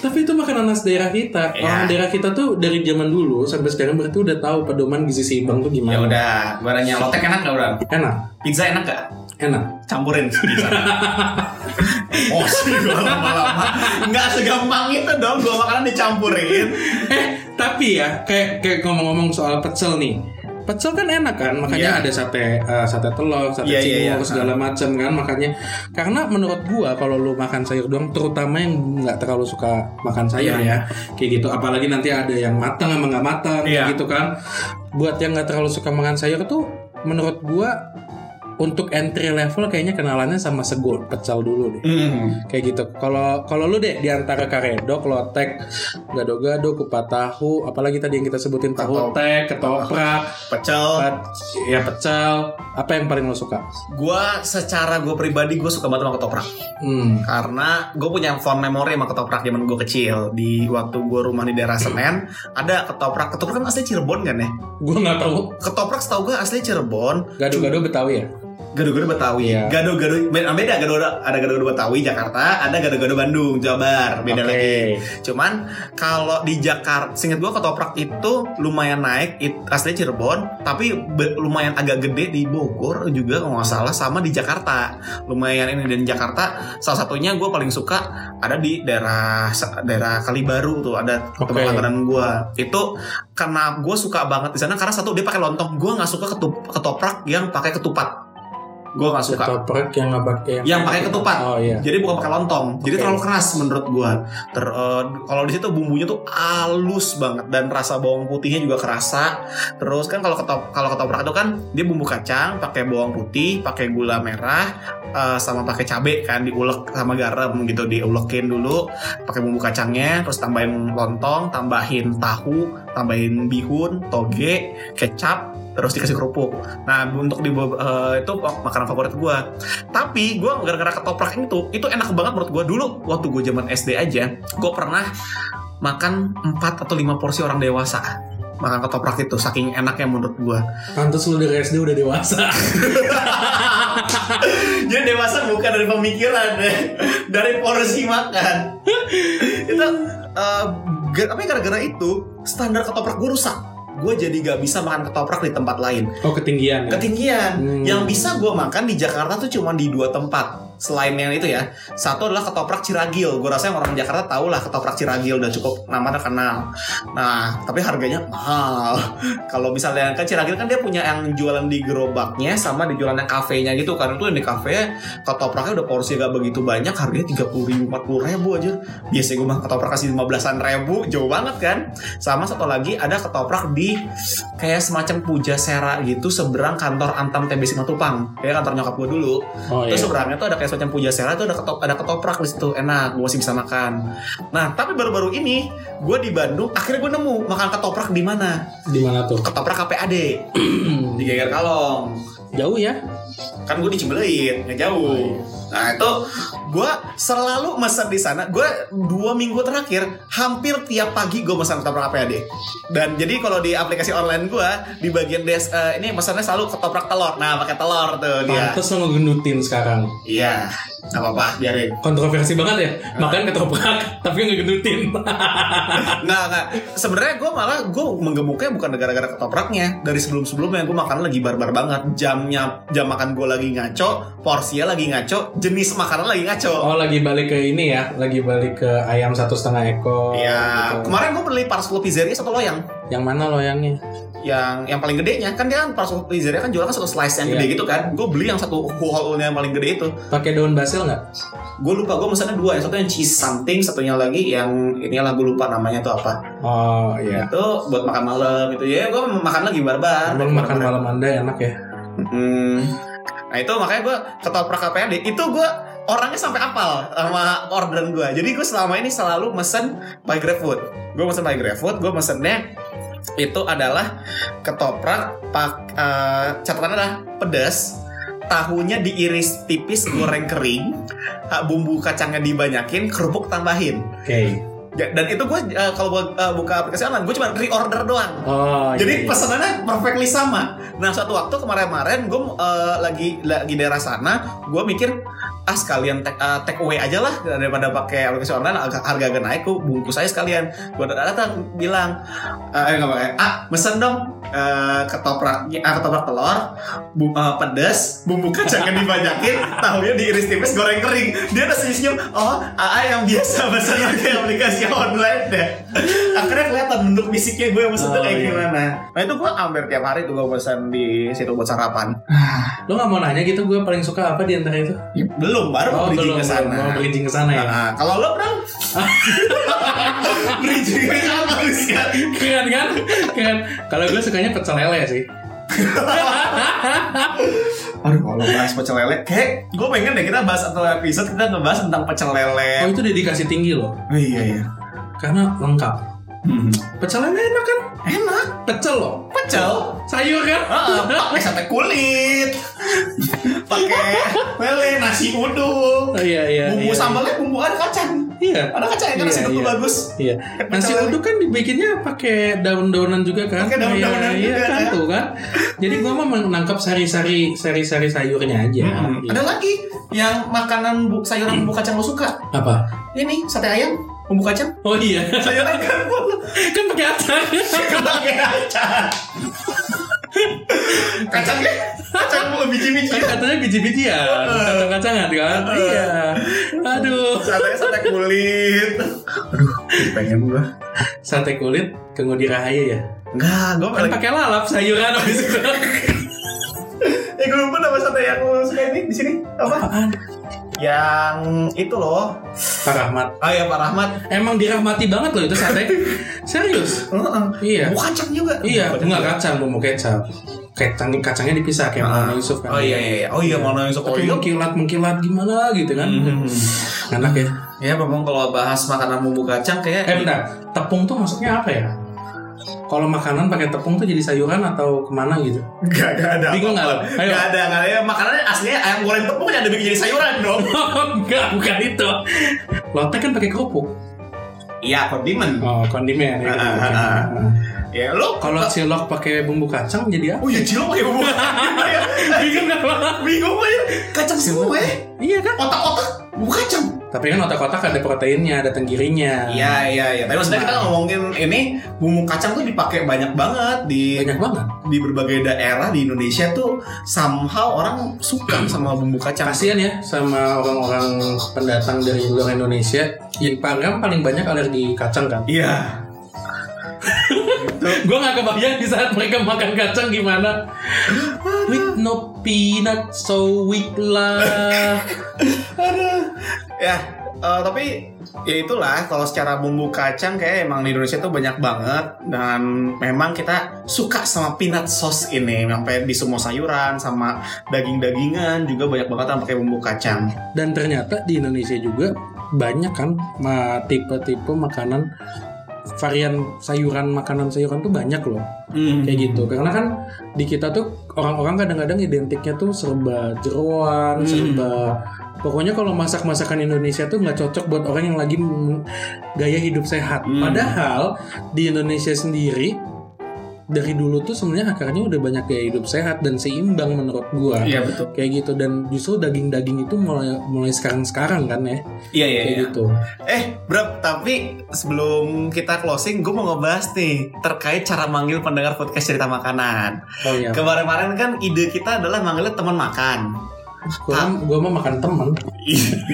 Speaker 2: Tapi itu makanan khas daerah kita.
Speaker 1: Iya.
Speaker 2: Orang daerah kita tuh dari zaman dulu sampai sekarang berarti udah tahu pedoman gizi seimbang tuh
Speaker 1: Ya
Speaker 2: gimana.
Speaker 1: udah, barangnya lotek enak gak Bram?
Speaker 2: Enak,
Speaker 1: Pizza enak gak?
Speaker 2: enak.
Speaker 1: Campurin pizza. oh, sih gua lama-lama. Nggak segampang itu dong, gua makanan dicampurin.
Speaker 2: Tapi ya kayak kayak ngomong-ngomong soal pecel nih. Pecel kan enak kan,
Speaker 1: Iya.
Speaker 2: makanya ada sate eh, sate telur, sate
Speaker 1: Iya, iya,
Speaker 2: cingur
Speaker 1: iya.
Speaker 2: segala macam kan, makanya karena menurut gua kalau lu makan sayur doang, terutama yang nggak terlalu suka makan sayur
Speaker 3: Iya.
Speaker 2: ya, kayak gitu. Apalagi nanti ada yang matang sama nggak matang, kayak
Speaker 3: Iya.
Speaker 2: gitu kan. Buat yang nggak terlalu suka makan sayur tuh, menurut gua untuk entry level kayaknya kenalannya sama sego pecel dulu deh
Speaker 1: Hmm.
Speaker 2: kayak gitu. Kalau kalau lu deh Eh, di antara karedok, lotek, gado-gado, kupat tahu, apalagi tadi yang kita sebutin tahu
Speaker 1: Ketop-
Speaker 2: tek, ketoprak,
Speaker 1: Pecel.
Speaker 2: pet- ya pecel, apa yang paling lo suka?
Speaker 1: Gua secara gue pribadi gue suka banget sama ketoprak.
Speaker 2: Hmm.
Speaker 1: karena gue punya fond memory sama ketoprak zaman gue kecil di waktu gue rumah di daerah Senen ada ketoprak ketoprak kan asli Cirebon kan ya
Speaker 2: Gua nggak tahu.
Speaker 1: ketoprak setahu gue asli Cirebon
Speaker 2: Gado-gado Betawi ya?
Speaker 1: gado-gado Betawi
Speaker 2: Iya.
Speaker 1: gado-gado beda beda, gado ada gado-gado Betawi Jakarta ada gado-gado Bandung Jabar beda
Speaker 2: Oke.
Speaker 1: lagi cuman kalau di Jakarta singkat gue ketoprak itu lumayan naik it, asli Cirebon tapi be- lumayan agak gede di Bogor juga kalau nggak salah sama di Jakarta lumayan ini dan Jakarta salah satunya gue paling suka ada di daerah daerah Kalibaru tuh ada
Speaker 2: Oke.
Speaker 1: tempat langganan gue itu karena gue suka banget di sana karena satu dia pakai lontong gue nggak suka ketup- ketoprak yang pakai ketupat gue nggak suka
Speaker 2: Ketoprak yang nggak pakai
Speaker 1: Yang pakai ketupat.
Speaker 2: Oh iya.
Speaker 1: jadi bukan pakai lontong jadi
Speaker 2: Oke.
Speaker 1: terlalu keras menurut gua Ter, eh, kalau di situ bumbunya tuh halus banget dan rasa bawang putihnya juga kerasa terus kan kalau ketop kalau ketoprak itu kan dia bumbu kacang pakai bawang putih pakai gula merah eh, sama pakai cabe kan diulek sama garam gitu diulekin dulu pakai bumbu kacangnya terus tambahin lontong tambahin tahu tambahin bihun toge kecap terus dikasih kerupuk. Nah, untuk di eh, itu makanan favorit gua tapi gue gara-gara ketoprak itu itu enak banget menurut gue dulu waktu gue zaman SD aja gue pernah makan 4 atau 5 porsi orang dewasa makan ketoprak itu saking enaknya menurut gue
Speaker 2: Pantes lu dari SD udah dewasa.
Speaker 1: jadi dewasa bukan dari pemikiran dari porsi makan itu eh, gar- tapi gara-gara itu standar ketoprak gue rusak gue jadi gak bisa makan ketoprak di tempat lain Iya.
Speaker 2: Oh ketinggian ya.
Speaker 1: ketinggian
Speaker 2: Hmm.
Speaker 1: yang bisa gue makan di Jakarta tuh cuma di dua tempat selain yang itu ya satu adalah ketoprak Ciragil gue rasa yang orang Jakarta tau lah ketoprak Ciragil udah cukup nama terkenal nah tapi harganya mahal kalau misalnya kan Ciragil kan dia punya yang jualan di gerobaknya sama di jualan yang kafenya gitu kan itu yang di kafe ketopraknya udah porsi gak begitu banyak harganya tiga puluh ribu empat ribu aja biasanya gue mah ketoprak kasih lima belasan ribu jauh banget kan sama satu lagi ada ketoprak di kayak semacam puja sera gitu seberang kantor Antam TBC Matupang kayak kantor nyokap gue dulu
Speaker 2: Oh iya.
Speaker 1: terus seberangnya tuh ada kayak semacam puja sera tuh ada ketop ada ketoprak di situ enak gue masih bisa makan nah tapi baru-baru ini gue di Bandung akhirnya gue nemu makan ketoprak di mana
Speaker 2: Di mana tuh?
Speaker 1: ketoprak KPAD di Geger Kalong
Speaker 2: Jauh ya?
Speaker 1: kan gue di Cibeleit nggak jauh nah itu gue selalu mesen di sana gue dua minggu terakhir hampir tiap pagi gue mesen ketoprak APAD dan jadi kalau di aplikasi online gue di bagian des eh, ini mesennya selalu ketoprak telur nah pakai telur tuh dia
Speaker 2: Pantes lo ngegendutin sekarang.
Speaker 1: iya nggak apa-apa biarin
Speaker 2: Kontroversi banget ya. Makan ketoprak tapi ngegendutin.
Speaker 1: nggak nggak sebenarnya gue malah gue menggemuknya bukan gara-gara ketopraknya dari sebelum sebelumnya gue makan lagi barbar banget jamnya jam makan gue lagi ngaco porsinya lagi ngaco jenis makanan lagi ngaco
Speaker 2: oh lagi balik ke ini ya. Lagi balik ke ayam satu setengah ekor.
Speaker 1: Iya,
Speaker 2: gitu.
Speaker 1: kemarin gue beli parcel pizzeria satu loyang
Speaker 2: Yang mana loyangnya?
Speaker 1: yang yang paling gedenya kan dia kan parcel pizzeria kan jualan kan satu slice yang
Speaker 2: Iya.
Speaker 1: gede gitu kan gue beli yang satu whole yang paling gede itu
Speaker 2: Pakai daun basil nggak?
Speaker 1: gue lupa gue pesannya dua yang satu yang cheese something satunya lagi yang inilah gue lupa namanya tuh apa
Speaker 2: Oh iya.
Speaker 1: itu buat makan malam gitu ya gue makan lagi barbar
Speaker 2: Emang makan
Speaker 1: Barbar.
Speaker 2: malam anda enak ya?
Speaker 1: Mm. nah itu makanya gue ketoprak KPAD itu gue orangnya sampai apal sama orderan gue jadi gue selama ini selalu mesen by GrabFood gue mesen by GrabFood gue mesennya itu adalah ketoprak pak eh, catatannya adalah pedas tahunya diiris tipis goreng kering ha, bumbu kacangnya dibanyakin kerupuk tambahin
Speaker 2: Oke.
Speaker 1: Ja- dan itu gue eh, kalau gue buka aplikasi online gue cuma reorder doang
Speaker 2: Oh.
Speaker 1: jadi
Speaker 2: iya, iya.
Speaker 1: pesanannya perfectly sama. Nah suatu waktu kemarin-kemarin gue lagi lagi daerah sana, gue mikir ah sekalian take, eh, take away aja lah daripada pakai aplikasi online agak harga agak naik, gue bungkus aja sekalian. Gue datang bilang, eh nggak pakai, ah mesen dong eh, ketoprak, ah, ketoprak telur, bu, eh, pedes, bumbu kacangnya dibanyakin, tahunya diiris tipis, goreng kering. Dia udah senyum, oh AA yang biasa pesan pakai aplikasi online deh. Akhirnya kelihatan bentuk fisiknya gue mesen tuh
Speaker 2: Oh,
Speaker 1: kayak
Speaker 2: iya.
Speaker 1: gimana. Nah itu gue hampir tiap hari tuh gue pesan di situ buat sarapan.
Speaker 2: Lo nggak mau nanya gitu? Gue paling suka apa di antara itu?
Speaker 1: Ya, Belum, baru
Speaker 2: Oh,
Speaker 1: mau bridging ke sana.
Speaker 2: Mau bridging ke sana ya?
Speaker 1: Nah, kalau lo bro, bridging ke sana Rizka.
Speaker 2: Keren kan? Keren. Kalau gue sukanya pecel lele sih.
Speaker 1: Aduh, kalau bahas pecel lele, kayak gue pengen deh kita bahas satu episode kita ngebahas tentang pecel
Speaker 2: Oh
Speaker 1: lele.
Speaker 2: itu dedikasi tinggi loh.
Speaker 1: Oh, iya iya.
Speaker 2: Karena lengkap.
Speaker 1: Hmm.
Speaker 2: Pecel lele enak kan?
Speaker 1: Enak,
Speaker 2: Pecel loh.
Speaker 1: pecel.
Speaker 2: Sayur kan?
Speaker 1: Ah, pakai sate kulit, pakai lele nasi uduk,
Speaker 2: Oh, iya iya.
Speaker 1: bumbu
Speaker 2: iya,
Speaker 1: sambalnya bumbu ada kacang,
Speaker 2: Iya.
Speaker 1: ada kacang ya kan nasi
Speaker 2: Iya,
Speaker 1: uduk tuh
Speaker 2: iya.
Speaker 1: bagus.
Speaker 2: Iya. Nasi
Speaker 1: Pecel lele.
Speaker 2: uduk kan dibikinnya pakai daun-daunan juga kan?
Speaker 1: Pakai daun-daunan juga,
Speaker 2: Iya, iya kan
Speaker 1: kan?
Speaker 2: tuh kan. Jadi gua mau menangkap sari-sari sari-sari sayurnya aja.
Speaker 1: Hmm.
Speaker 2: Iya.
Speaker 1: Ada lagi yang makanan bu sayuran bumbu kacang lo suka?
Speaker 2: Apa?
Speaker 1: Ini sate ayam bumbu kacang.
Speaker 2: Oh iya.
Speaker 1: Sayuran kan bumbu
Speaker 2: kan pakai acar.
Speaker 1: pakai kacang. Kacangnya kacang bumbu biji-biji.
Speaker 2: Kan katanya biji-bijian, kacang-kacangan kan? Iya. Aduh.
Speaker 1: Satenya sate kulit. Aduh, jadi pengen gua.
Speaker 2: Sate kulit kengudi rahaya ya.
Speaker 1: Enggak, gua
Speaker 2: Kan
Speaker 1: paling
Speaker 2: pakai lalap sayuran habis itu.
Speaker 1: Eh gue lupa nama sate yang lu suka ini di sini apa?
Speaker 2: Apaan?
Speaker 1: Yang itu loh.
Speaker 2: Pak Rahmat.
Speaker 1: Ah ya Pak Rahmat.
Speaker 2: Emang dirahmati banget loh itu sate. Serius?
Speaker 1: Heeh.
Speaker 2: Iya.
Speaker 1: Bukan kacang juga.
Speaker 2: Iya,
Speaker 1: Bukan
Speaker 2: nggak
Speaker 1: juga.
Speaker 2: kacang, gue mau kecap. Kacang kacangnya dipisah kayak
Speaker 1: Ah.
Speaker 2: Maulana Yusuf kan.
Speaker 1: Oh iya iya. iya. Oh iya Mm-hmm. mau nanya
Speaker 2: Tapi mengkilat mengkilat gimana gitu kan? Enak ya.
Speaker 1: Ya memang kalau bahas makanan bumbu kacang kayak
Speaker 2: Eh bentar, tepung tuh maksudnya apa ya? Kalau makanan pakai tepung tuh jadi sayuran atau kemana gitu?
Speaker 1: Gak, gak ada
Speaker 2: Bingung nggak lo?
Speaker 1: Gak
Speaker 2: Ayo.
Speaker 1: ada, gak ada Ya, Makanannya aslinya ayam goreng tepung yang dibikin jadi sayuran dong
Speaker 2: Enggak, bukan itu. Lotek kan pakai kerupuk.
Speaker 1: Iya, kondimen
Speaker 2: Oh, kondimen.
Speaker 1: Ah,
Speaker 2: Ya, gitu.
Speaker 1: ah,
Speaker 2: Oke.
Speaker 1: ah.
Speaker 2: Ah.
Speaker 1: Ya lo
Speaker 2: Kalau cilok pakai bumbu kacang jadi apa?
Speaker 1: Oh iya, cilok pakai bumbu kacang
Speaker 2: Bingung nggak lo?
Speaker 1: Bingung aja Kacang semua ya
Speaker 2: Iya kan?
Speaker 1: Otak-otak bumbu kacang
Speaker 2: Tapi kan otak-otak ada proteinnya, ada tenggirinya.
Speaker 1: Iya iya iya. Tapi maksudnya kita
Speaker 2: Nah.
Speaker 1: ngomongin ini bumbu kacang tuh dipakai banyak banget di
Speaker 2: Banyak banget.
Speaker 1: di berbagai daerah di Indonesia tuh somehow orang suka
Speaker 2: Hmm.
Speaker 1: sama bumbu kacang.
Speaker 2: Kasian ya sama orang-orang pendatang dari luar Indonesia. Yang paling paling banyak alergi kacang kan.
Speaker 1: Iya.
Speaker 2: Gue gak kebayang di saat mereka makan kacang gimana With no peanut so weak lah
Speaker 1: Ya, eh, tapi ya itulah kalau secara bumbu kacang kayak emang di Indonesia tuh banyak banget dan memang kita suka sama peanut sauce ini sampai di semua sayuran sama daging-dagingan juga banyak banget yang pakai bumbu kacang.
Speaker 2: Dan ternyata di Indonesia juga banyak kan ma- tipe-tipe makanan varian sayuran makanan sayuran tuh banyak loh
Speaker 1: Hmm.
Speaker 2: kayak gitu karena kan di kita tuh orang-orang kadang-kadang identiknya tuh serba jeroan
Speaker 1: Hmm.
Speaker 2: serba pokoknya kalau masak masakan Indonesia tuh nggak cocok buat orang yang lagi m- gaya hidup sehat
Speaker 1: Hmm.
Speaker 2: padahal di Indonesia sendiri dari dulu tuh sebenarnya akarnya udah banyak gaya hidup sehat dan seimbang menurut gua
Speaker 1: Iya betul.
Speaker 2: kayak gitu dan justru daging-daging itu mulai mulai sekarang-sekarang kan ya
Speaker 1: Iya iya.
Speaker 2: kayak
Speaker 1: iya.
Speaker 2: gitu
Speaker 1: Eh, bro, tapi sebelum kita closing, gue mau ngebahas nih terkait cara manggil pendengar podcast cerita makanan.
Speaker 2: oh iya
Speaker 1: Kemarin-kemarin kan ide kita adalah manggilnya teman makan. Ah.
Speaker 2: gua, gua mau makan temen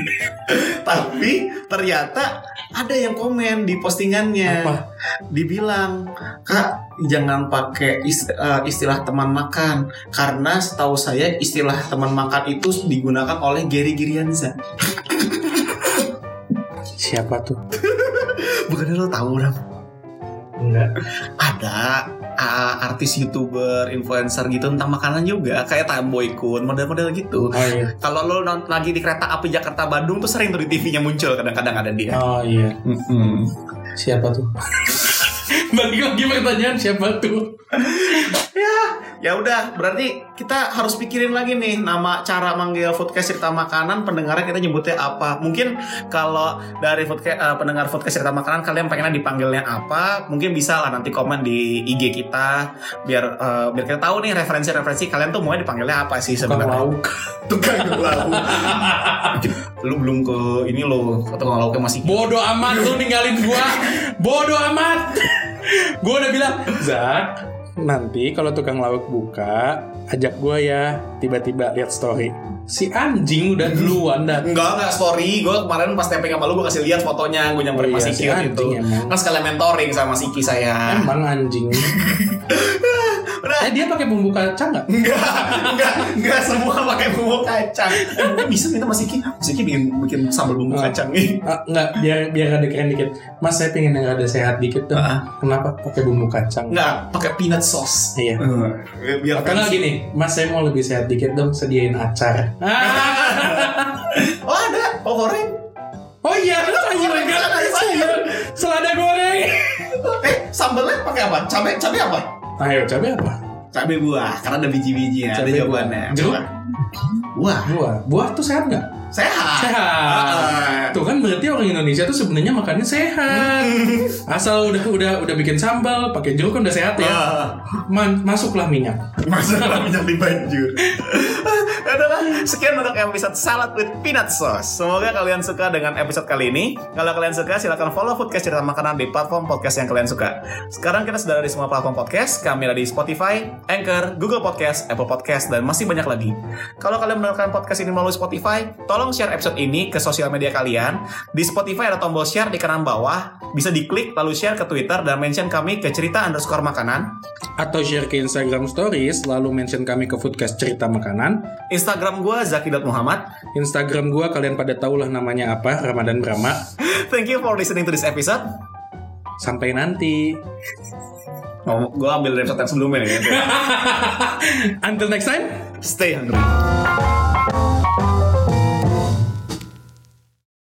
Speaker 1: Tapi ternyata ada yang komen di postingannya.
Speaker 2: apa
Speaker 1: Dibilang, "Kak, jangan pakai is- eh, istilah teman makan karena setahu saya istilah teman makan itu digunakan oleh Gary Girianza."
Speaker 2: siapa tuh
Speaker 1: Bukan lo tahu, Ram?
Speaker 2: enggak
Speaker 1: Ada ah, artis YouTuber, influencer gitu tentang makanan juga kayak Tamboy Kun, model-model gitu.
Speaker 2: oh iya
Speaker 1: Kalau lo nont- lagi di kereta api Jakarta Bandung tuh sering tuh di TV-nya muncul kadang-kadang ada dia.
Speaker 2: oh iya
Speaker 1: Mm-mm.
Speaker 2: Siapa tuh? Bagi lagi pertanyaan siapa tuh?
Speaker 1: Ya udah, berarti kita harus pikirin lagi nih nama cara manggil podcast cerita makanan pendengarnya kita nyebutnya apa. Mungkin kalau dari podcast pendengar podcast cerita makanan kalian pengennya dipanggilnya apa? Mungkin bisa lah nanti komen di IG kita biar eh, biar kita tahu nih referensi-referensi kalian tuh mau dipanggilnya apa sih
Speaker 2: Tukang
Speaker 1: sebenarnya.
Speaker 2: lauk.
Speaker 1: Tukang lauk. Lu belum ke ini lo, tukang lauknya masih
Speaker 2: Bodoh amat lu ninggalin gua. Bodoh amat. gua udah bilang, Zak, nanti kalau tukang lauk buka, ajak gua ya. Tiba-tiba lihat story. Si anjing udah duluan dah.
Speaker 1: Enggak, enggak story. Gue kemarin pas tapping sama lu gue kasih lihat fotonya gue nyamperin
Speaker 2: Oh
Speaker 1: Mas
Speaker 2: iya,
Speaker 1: Iki
Speaker 2: si anjing
Speaker 1: gitu.
Speaker 2: emang.
Speaker 1: Kan sekalian mentoring sama Siki saya.
Speaker 2: Emang anjing.
Speaker 1: Udah.
Speaker 2: eh dia pakai bumbu kacang nggak?
Speaker 1: Enggak, enggak, enggak semua pakai bumbu kacang. Eh, mungkin bisa minta Mas Iki, Mas Iki bikin bikin sambal bumbu
Speaker 2: Ah.
Speaker 1: kacang nih.
Speaker 2: Ah, nggak, biar biar ada keren dikit. Mas saya pengen yang ada sehat dikit dong.
Speaker 1: Ah.
Speaker 2: Kenapa pakai bumbu kacang?
Speaker 1: Enggak, pakai peanut sauce.
Speaker 2: Iya.
Speaker 1: Eh, Biar
Speaker 2: Karena
Speaker 1: fancy.
Speaker 2: gini, Mas saya mau lebih sehat dikit dong, sediain acar.
Speaker 1: Oh ada, oh goreng.
Speaker 2: oh iya, lu sayur
Speaker 1: goreng,
Speaker 2: kan?
Speaker 1: ada sayur.
Speaker 2: Selada goreng.
Speaker 1: Eh sambalnya pakai apa? Cabe, cabe apa?
Speaker 2: Ayo, cabai apa?
Speaker 1: Cabe buah, karena ada biji-bijinya. Ada
Speaker 2: Cabe buah.
Speaker 1: jawabannya.
Speaker 2: Jeruk?
Speaker 1: Buah. Buah.
Speaker 2: Buah. Buah tuh sehat nggak?
Speaker 1: Sehat. Ah.
Speaker 2: Sehat. Tuh kan berarti orang Indonesia tuh sebenarnya makannya sehat. Asal udah udah udah bikin sambal, pakai jeruk kan udah sehat ya.
Speaker 1: Ah.
Speaker 2: Man- masuklah minyak.
Speaker 1: Masalah minyak di banjur Adalah sekian untuk episode Salad with Peanut Sauce Semoga kalian suka dengan episode kali ini Kalau kalian suka silahkan follow Foodcast Cerita Makanan di platform podcast yang kalian suka Sekarang kita sudah ada di semua platform podcast Kami ada di Spotify, Anchor, Google Podcast, Apple Podcast, dan masih banyak lagi Kalau kalian mendengarkan podcast ini melalui Spotify Tolong share episode ini ke sosial media kalian Di Spotify ada tombol share di kanan bawah Bisa diklik lalu share ke Twitter dan mention kami ke cerita underscore makanan
Speaker 2: Atau share ke Instagram Stories, lalu mention kami ke Foodcast Cerita Makanan.
Speaker 1: Instagram gue Zaki.Muhammad
Speaker 2: Instagram gua kalian pada tahulah namanya apa, Ramadan Brahma.
Speaker 1: Thank you for listening to this episode.
Speaker 2: Sampai nanti.
Speaker 1: Oh, gue ambil dari episode yang sebelumnya nih.
Speaker 2: Until next time.
Speaker 1: Stay hungry.